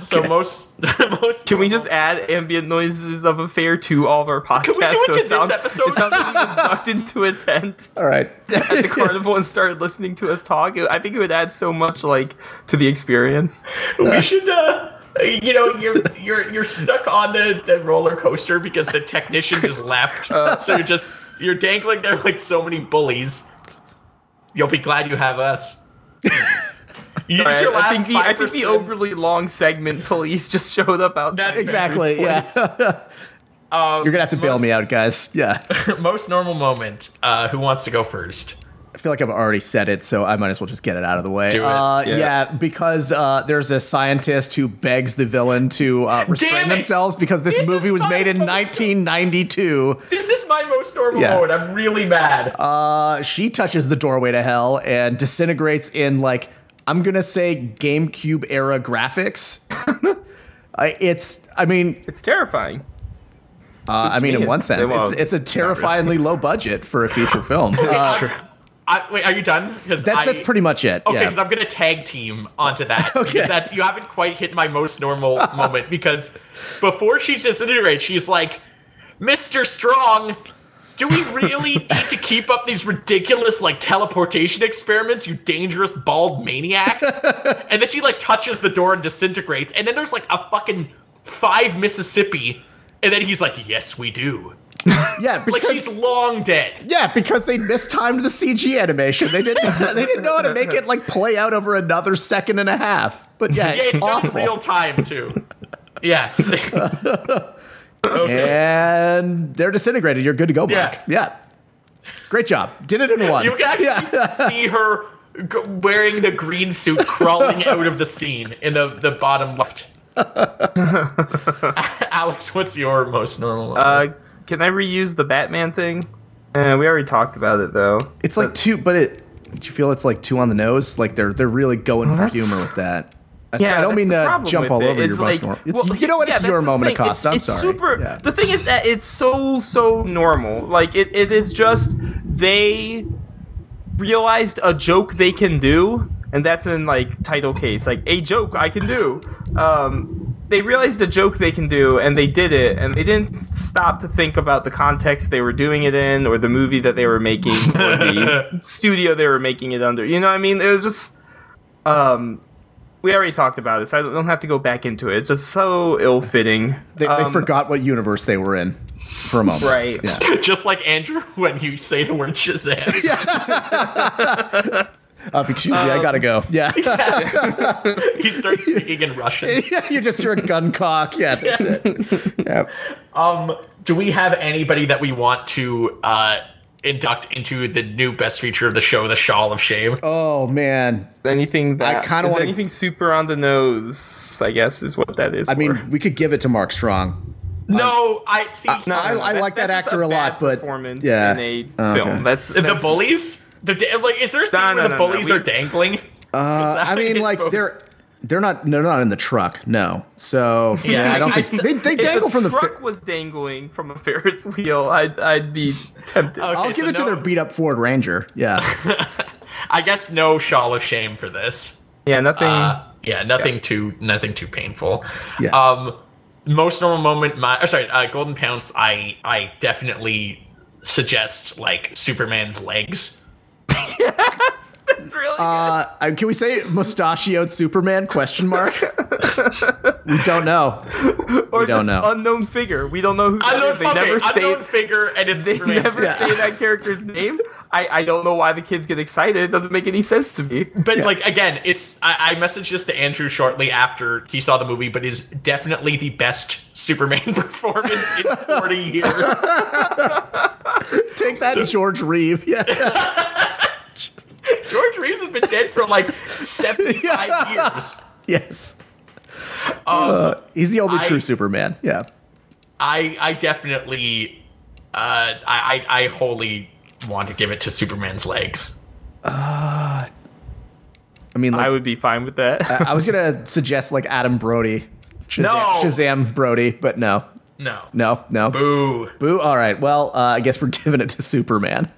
Speaker 4: So most <laughs> most
Speaker 6: Can we just add ambient noises of a fair to all of our podcasts?
Speaker 4: we do it
Speaker 6: so
Speaker 4: in this
Speaker 6: sounds,
Speaker 4: episode?
Speaker 6: It sounds like you just ducked into
Speaker 4: <laughs>
Speaker 6: a tent
Speaker 5: All right.
Speaker 6: at the carnival and started listening to us talk. It- I think it would add so much like to the experience.
Speaker 4: we should uh you know you're you're you're stuck on the, the roller coaster because the technician just left
Speaker 6: Uh.
Speaker 4: so you're just you're dangling there like so many bullies you'll be glad you have
Speaker 6: <laughs>
Speaker 4: us Use
Speaker 6: Right?
Speaker 4: your
Speaker 6: I
Speaker 4: last
Speaker 6: think the I think the
Speaker 4: 5%.
Speaker 6: overly long segment police just showed up outside.
Speaker 4: That's
Speaker 5: exactly. Yeah. <laughs>
Speaker 4: Points. Um,
Speaker 5: You're gonna have to bail
Speaker 4: most-
Speaker 5: me out, guys.
Speaker 4: <laughs>
Speaker 5: Yeah.
Speaker 4: most normal moment uh who wants to go first
Speaker 5: I feel like I've already said it, so I might as well just get it out of the way.
Speaker 4: Do it.
Speaker 5: Uh,
Speaker 6: Yeah.
Speaker 5: yeah. because uh, there's a scientist who begs the villain to uh, restrain
Speaker 4: it!
Speaker 5: themselves because this,
Speaker 4: This
Speaker 5: movie
Speaker 4: is
Speaker 5: was
Speaker 4: my
Speaker 5: made in
Speaker 4: most-
Speaker 5: 1992.
Speaker 4: this is my most normal
Speaker 5: Yeah.
Speaker 4: moment i'm really mad
Speaker 5: Uh, she touches the doorway to hell and disintegrates in like I'm gonna say GameCube era graphics. <laughs> Uh, it's, I mean,
Speaker 6: It's terrifying.
Speaker 5: uh, I mean, in one sense,
Speaker 6: Well,
Speaker 5: it's, it's a terrifyingly low budget for a feature
Speaker 4: <laughs>
Speaker 5: film. Uh,
Speaker 6: true.
Speaker 4: I, wait are you done because
Speaker 5: that's that's pretty much it.
Speaker 4: Okay,
Speaker 5: yeah.
Speaker 4: because I'm gonna tag team onto that.
Speaker 5: <laughs> Okay.
Speaker 4: because that's, you haven't quite hit my most
Speaker 5: <laughs>
Speaker 4: normal moment because before she disintegrates, she's like, "Mr. Strong, do we
Speaker 5: <laughs>
Speaker 4: really need to keep up these ridiculous like teleportation experiments? You dangerous
Speaker 5: <laughs>
Speaker 4: bald maniac!" and then she like touches the door and disintegrates, and then there's like a fucking five Mississippi, and then he's like, "Yes, we do."
Speaker 5: yeah,
Speaker 4: Like
Speaker 5: because
Speaker 4: he's
Speaker 5: <laughs>
Speaker 4: long dead.
Speaker 5: Yeah, because they mistimed the CG animation. They didn't. <laughs> they didn't know how to make it like play out over another second and a half. But yeah,
Speaker 4: <laughs> Yeah,
Speaker 5: it's,
Speaker 4: it's done
Speaker 5: awful.
Speaker 4: in real time too.
Speaker 5: <laughs>
Speaker 4: Yeah. <laughs> okay.
Speaker 5: and they're disintegrated. You're good to go, Mark. Yeah. Great job. Did it in one.
Speaker 4: You can actually
Speaker 5: yeah.
Speaker 4: see her g- wearing the green
Speaker 5: <laughs>
Speaker 4: suit crawling out of the scene in the, the bottom left. Alex, what's your most normal?
Speaker 6: Uh, can I reuse the Batman thing? Eh, we already talked about it though.
Speaker 5: It's like two, but it. Do you feel it's like two on the nose? Like they're they're really going for
Speaker 6: That's-
Speaker 5: humor with that. I-
Speaker 6: Yeah,
Speaker 5: I don't
Speaker 6: that's
Speaker 5: mean
Speaker 6: the
Speaker 5: to
Speaker 6: problem
Speaker 5: jump
Speaker 6: with
Speaker 5: all
Speaker 6: it.
Speaker 5: over
Speaker 6: It's
Speaker 5: your
Speaker 6: like-
Speaker 5: like, normal. It's,
Speaker 6: well,
Speaker 5: you know what?
Speaker 6: yeah,
Speaker 5: It's
Speaker 6: that's
Speaker 5: your
Speaker 6: the
Speaker 5: moment,
Speaker 6: thing.
Speaker 5: Acosta.
Speaker 6: It's-
Speaker 5: I'm
Speaker 6: it's
Speaker 5: sorry.
Speaker 6: Super.
Speaker 5: Yeah.
Speaker 6: The thing is that it's so so normal. Like it, it is just they realized a joke they can do, and that's in like title case, like a joke I can do. Um, they realized a joke they can do, and they did it, and they didn't stop to think about the context they were doing it in, or the movie that they were making, or the studio they were making it under. You know what I mean? It was just. Um, we already talked about this. I don't don't have to go back into it. It's just so ill-fitting.
Speaker 5: They, they
Speaker 6: Um,
Speaker 5: forgot what universe they were in for a moment.
Speaker 6: Right.
Speaker 5: Yeah.
Speaker 4: Just like Andrew when you say the word
Speaker 5: <laughs>
Speaker 4: Shazam.
Speaker 5: Uh, excuse
Speaker 6: Um,
Speaker 5: me. I gotta
Speaker 6: <laughs>
Speaker 5: go. Yeah. <laughs>
Speaker 4: He starts speaking in Russian.
Speaker 5: yeah, you're just you're a gun cock. Yeah, that's it. Yeah.
Speaker 4: Um, do we have anybody that we want to uh, induct into the new best feature of the show, The Shawl of Shame?
Speaker 5: Oh man.
Speaker 6: Anything that
Speaker 5: I kinda
Speaker 6: is
Speaker 5: wanna-
Speaker 6: anything super on the nose, I guess, is what that is.
Speaker 5: I mean, we could give it to Mark
Speaker 6: <laughs>
Speaker 5: Strong.
Speaker 4: no, I see. uh,
Speaker 5: I- I like that
Speaker 6: that's just
Speaker 5: actor a
Speaker 6: bad
Speaker 5: lot, but-
Speaker 6: performance
Speaker 5: yeah.
Speaker 6: in a
Speaker 5: Oh,
Speaker 6: film.
Speaker 5: okay.
Speaker 6: That's,
Speaker 4: the
Speaker 6: that's
Speaker 4: bullies? The, da- like, is there a scene
Speaker 6: No,
Speaker 4: where
Speaker 6: no,
Speaker 4: the
Speaker 6: no, no,
Speaker 4: bullies
Speaker 6: we-
Speaker 4: are dangling?
Speaker 5: Uh, I mean, like they're they're not no not in the truck. No. So yeah, I don't <laughs>
Speaker 4: I-
Speaker 5: think they, they
Speaker 6: if
Speaker 5: dangle
Speaker 6: the
Speaker 5: from the.
Speaker 6: truck
Speaker 5: Fer-
Speaker 6: was dangling from a Ferris <laughs> wheel. I'd I'd be tempted.
Speaker 4: Okay.
Speaker 5: I'll give
Speaker 4: so
Speaker 5: it to
Speaker 4: no-
Speaker 5: their beat up Ford Ranger. Yeah.
Speaker 4: I guess no shawl of shame for this.
Speaker 6: yeah, nothing.
Speaker 4: Uh, yeah, nothing too nothing too painful.
Speaker 5: Yeah.
Speaker 4: Um, most normal moment. My or sorry, uh, golden pounce. I I definitely suggest like Superman's legs.
Speaker 6: it's really
Speaker 5: Uh, I- can we say mustachioed Superman? Question mark. we don't know.
Speaker 6: or
Speaker 5: we don't
Speaker 6: just
Speaker 5: know.
Speaker 6: unknown figure. We don't know who. that
Speaker 4: Unknown
Speaker 6: is. They
Speaker 4: fucking
Speaker 6: never say.
Speaker 4: unknown figure, and it's
Speaker 6: They
Speaker 4: Superman's
Speaker 6: <laughs> never
Speaker 4: legs.
Speaker 6: say that character's name. I, I don't know why the kids get excited. It doesn't make any sense to me.
Speaker 4: But like again, it's I, I messaged this to Andrew shortly after he saw the movie, but is definitely the best Superman <laughs> performance in 40
Speaker 6: <laughs>
Speaker 4: years.
Speaker 5: Take that, George Reeve. <laughs> Yeah.
Speaker 4: George Reeves has been dead for like 75 years.
Speaker 5: yes. Uh, he's the only
Speaker 4: I-
Speaker 5: true Superman. Yeah.
Speaker 4: I I definitely uh I I, I wholly want to give it to Superman's legs.
Speaker 5: I mean, like,
Speaker 6: <laughs> I would be fine with that. <laughs>
Speaker 5: I was gonna suggest like Adam Brody, Shazam,
Speaker 4: No.
Speaker 5: Shazam Brody, but no,
Speaker 4: No.
Speaker 5: no, no. Boo.
Speaker 4: Boo.
Speaker 5: All right. Well, uh, I guess we're <laughs> giving it to Superman.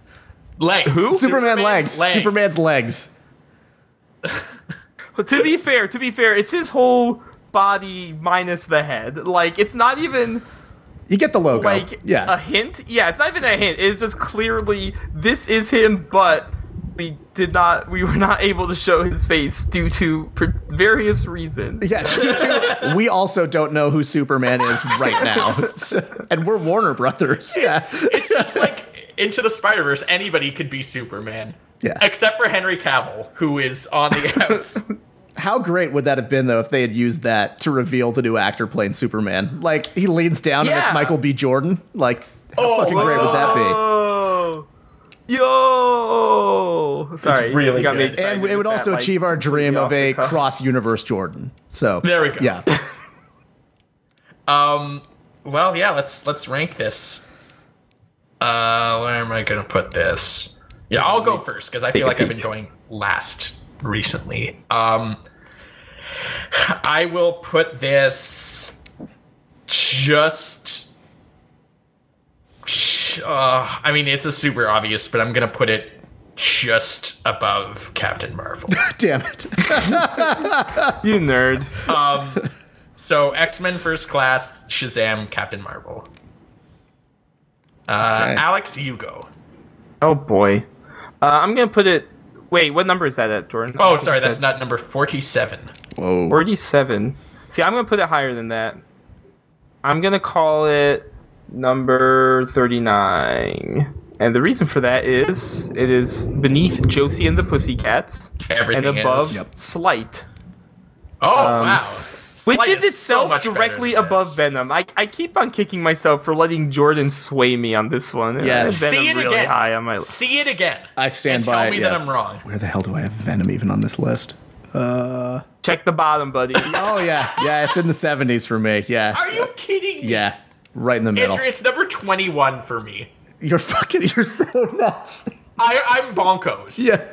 Speaker 4: Leg. Who?
Speaker 5: Superman legs. Superman's legs.
Speaker 6: But to be fair, to be fair, it's his whole body minus the head. Like it's not even
Speaker 5: You get the logo.
Speaker 6: like
Speaker 5: yeah.
Speaker 6: a hint. Yeah, it's not even a hint. It's just clearly this is him, but we did not. We were not able to show his face due to per- various reasons.
Speaker 5: Yes, you too. we also don't know who Superman is
Speaker 4: <laughs>
Speaker 5: right now, So- and we're Warner Brothers. Yeah,
Speaker 4: It's just like into the Spider Verse. Anybody could be Superman.
Speaker 5: Yeah.
Speaker 4: Except for Henry Cavill, who is on <laughs> the outs.
Speaker 5: how great would that have been though if they had used that to reveal the new actor playing Superman? Like he leans down and it's
Speaker 6: Yeah.
Speaker 5: Michael B. Jordan. Like how
Speaker 4: Oh,
Speaker 5: fucking great would that be?
Speaker 6: Oh, yo! Sorry, you
Speaker 4: really
Speaker 6: got me
Speaker 4: good.
Speaker 6: excited
Speaker 5: And it would
Speaker 6: with
Speaker 5: also
Speaker 6: that, like,
Speaker 5: achieve our dream
Speaker 6: off
Speaker 5: of
Speaker 6: the
Speaker 5: a
Speaker 6: cuff.
Speaker 5: cross universe Jordan.
Speaker 4: <laughs>
Speaker 5: So
Speaker 4: There we go.
Speaker 5: Yeah,
Speaker 4: um, well, yeah. Let's let's rank this. Uh, where am I gonna put this? Yeah, I'll go first because I feel like I've been going last recently. Um, I will put this just. Uh, I mean, it's a super obvious, but I'm gonna put it just above Captain Marvel.
Speaker 5: damn it.
Speaker 6: You nerd.
Speaker 4: Um, so X Men First Class, Shazam, Captain Marvel. Uh,
Speaker 5: Okay.
Speaker 4: Alex, you go.
Speaker 6: Oh boy, uh, I'm gonna put it. Wait, what number is that at, Jordan?
Speaker 4: Oh, sorry, that's not number forty-seven.
Speaker 5: Whoa.
Speaker 6: Forty-seven. See, I'm gonna put it higher than that. I'm gonna call it number thirty-nine. And the reason for that is it is beneath Josie and the Pussycats
Speaker 4: Everything
Speaker 6: and above
Speaker 4: is.
Speaker 5: Yep.
Speaker 6: Slight.
Speaker 4: Oh wow.
Speaker 6: Which
Speaker 4: Slight
Speaker 6: is
Speaker 4: so
Speaker 6: itself
Speaker 4: much better
Speaker 6: directly
Speaker 4: than
Speaker 6: above
Speaker 4: this.
Speaker 6: Venom. I, I keep on kicking myself for letting Jordan sway me on this one. and I
Speaker 5: Yes.
Speaker 6: had Venom
Speaker 4: See it
Speaker 6: really
Speaker 4: again.
Speaker 6: high on my list.
Speaker 4: See it again.
Speaker 5: I stand
Speaker 4: and
Speaker 5: by
Speaker 4: Tell
Speaker 5: it,
Speaker 4: me
Speaker 5: yeah.
Speaker 4: that I'm wrong.
Speaker 5: Where the hell do I have Venom even on this list? Uh,
Speaker 6: Check the bottom,
Speaker 4: <laughs>
Speaker 6: buddy.
Speaker 5: oh yeah, yeah, it's in the seventies for me. Yeah,
Speaker 4: Are you kidding? me?
Speaker 5: yeah, right in the middle.
Speaker 4: Andrew, it's number twenty-one for me.
Speaker 5: You're fucking. You're so nuts.
Speaker 4: I, I'm bonkos.
Speaker 5: Yeah. <laughs>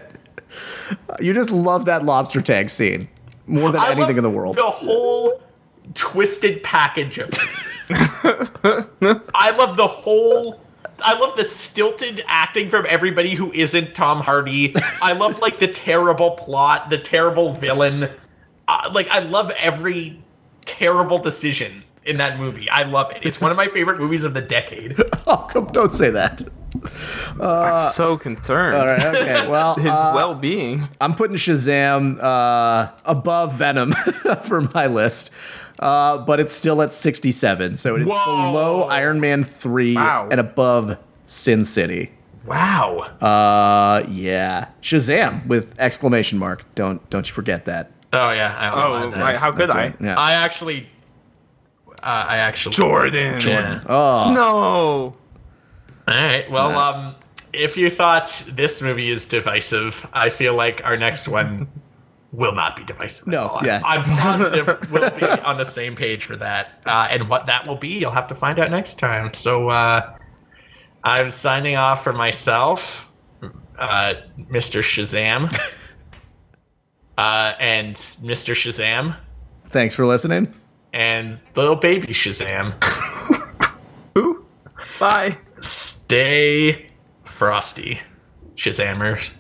Speaker 5: You just love that lobster tag scene more than
Speaker 4: I love
Speaker 5: anything in the world.
Speaker 4: The whole twisted package of it. I love the whole. I love the stilted acting from everybody who isn't Tom Hardy. I love like the terrible plot, the terrible villain. Uh, like I love every terrible decision in that movie. I love it. It's one of my favorite movies of the decade.
Speaker 5: Oh, come, don't say that.
Speaker 6: I'm so concerned.
Speaker 5: All right. Okay. Well,
Speaker 6: His
Speaker 5: uh,
Speaker 6: well-being.
Speaker 5: I'm putting Shazam uh, above Venom <laughs> for my list, uh, but it's still at 67. So it is
Speaker 4: Whoa.
Speaker 5: below Iron Man 3
Speaker 6: Wow.
Speaker 5: and above Sin City.
Speaker 4: Wow.
Speaker 5: Uh, yeah. Shazam with exclamation mark. Don't don't you forget that.
Speaker 4: oh yeah. I
Speaker 6: Oh,
Speaker 4: don't know.
Speaker 6: right, how could
Speaker 5: That's
Speaker 6: I?
Speaker 5: right, Yeah.
Speaker 4: I actually. Uh, I actually.
Speaker 6: Jordan.
Speaker 4: Yeah.
Speaker 5: oh.
Speaker 6: No.
Speaker 4: All right. Well, um, if you thought this movie is divisive, I feel like our next one will not be divisive. at
Speaker 5: No,
Speaker 4: all.
Speaker 5: yeah. <laughs>
Speaker 4: I'm positive we'll be on the same page for that. Uh, and what that will be, you'll have to find out next time. So uh, I'm signing off for myself, uh, Mr.
Speaker 5: <laughs>
Speaker 4: Shazam, uh, and Mr. Shazam,
Speaker 5: Thanks for listening.
Speaker 4: and little baby Shazam.
Speaker 6: Bye.
Speaker 4: Stay frosty, Shazammers.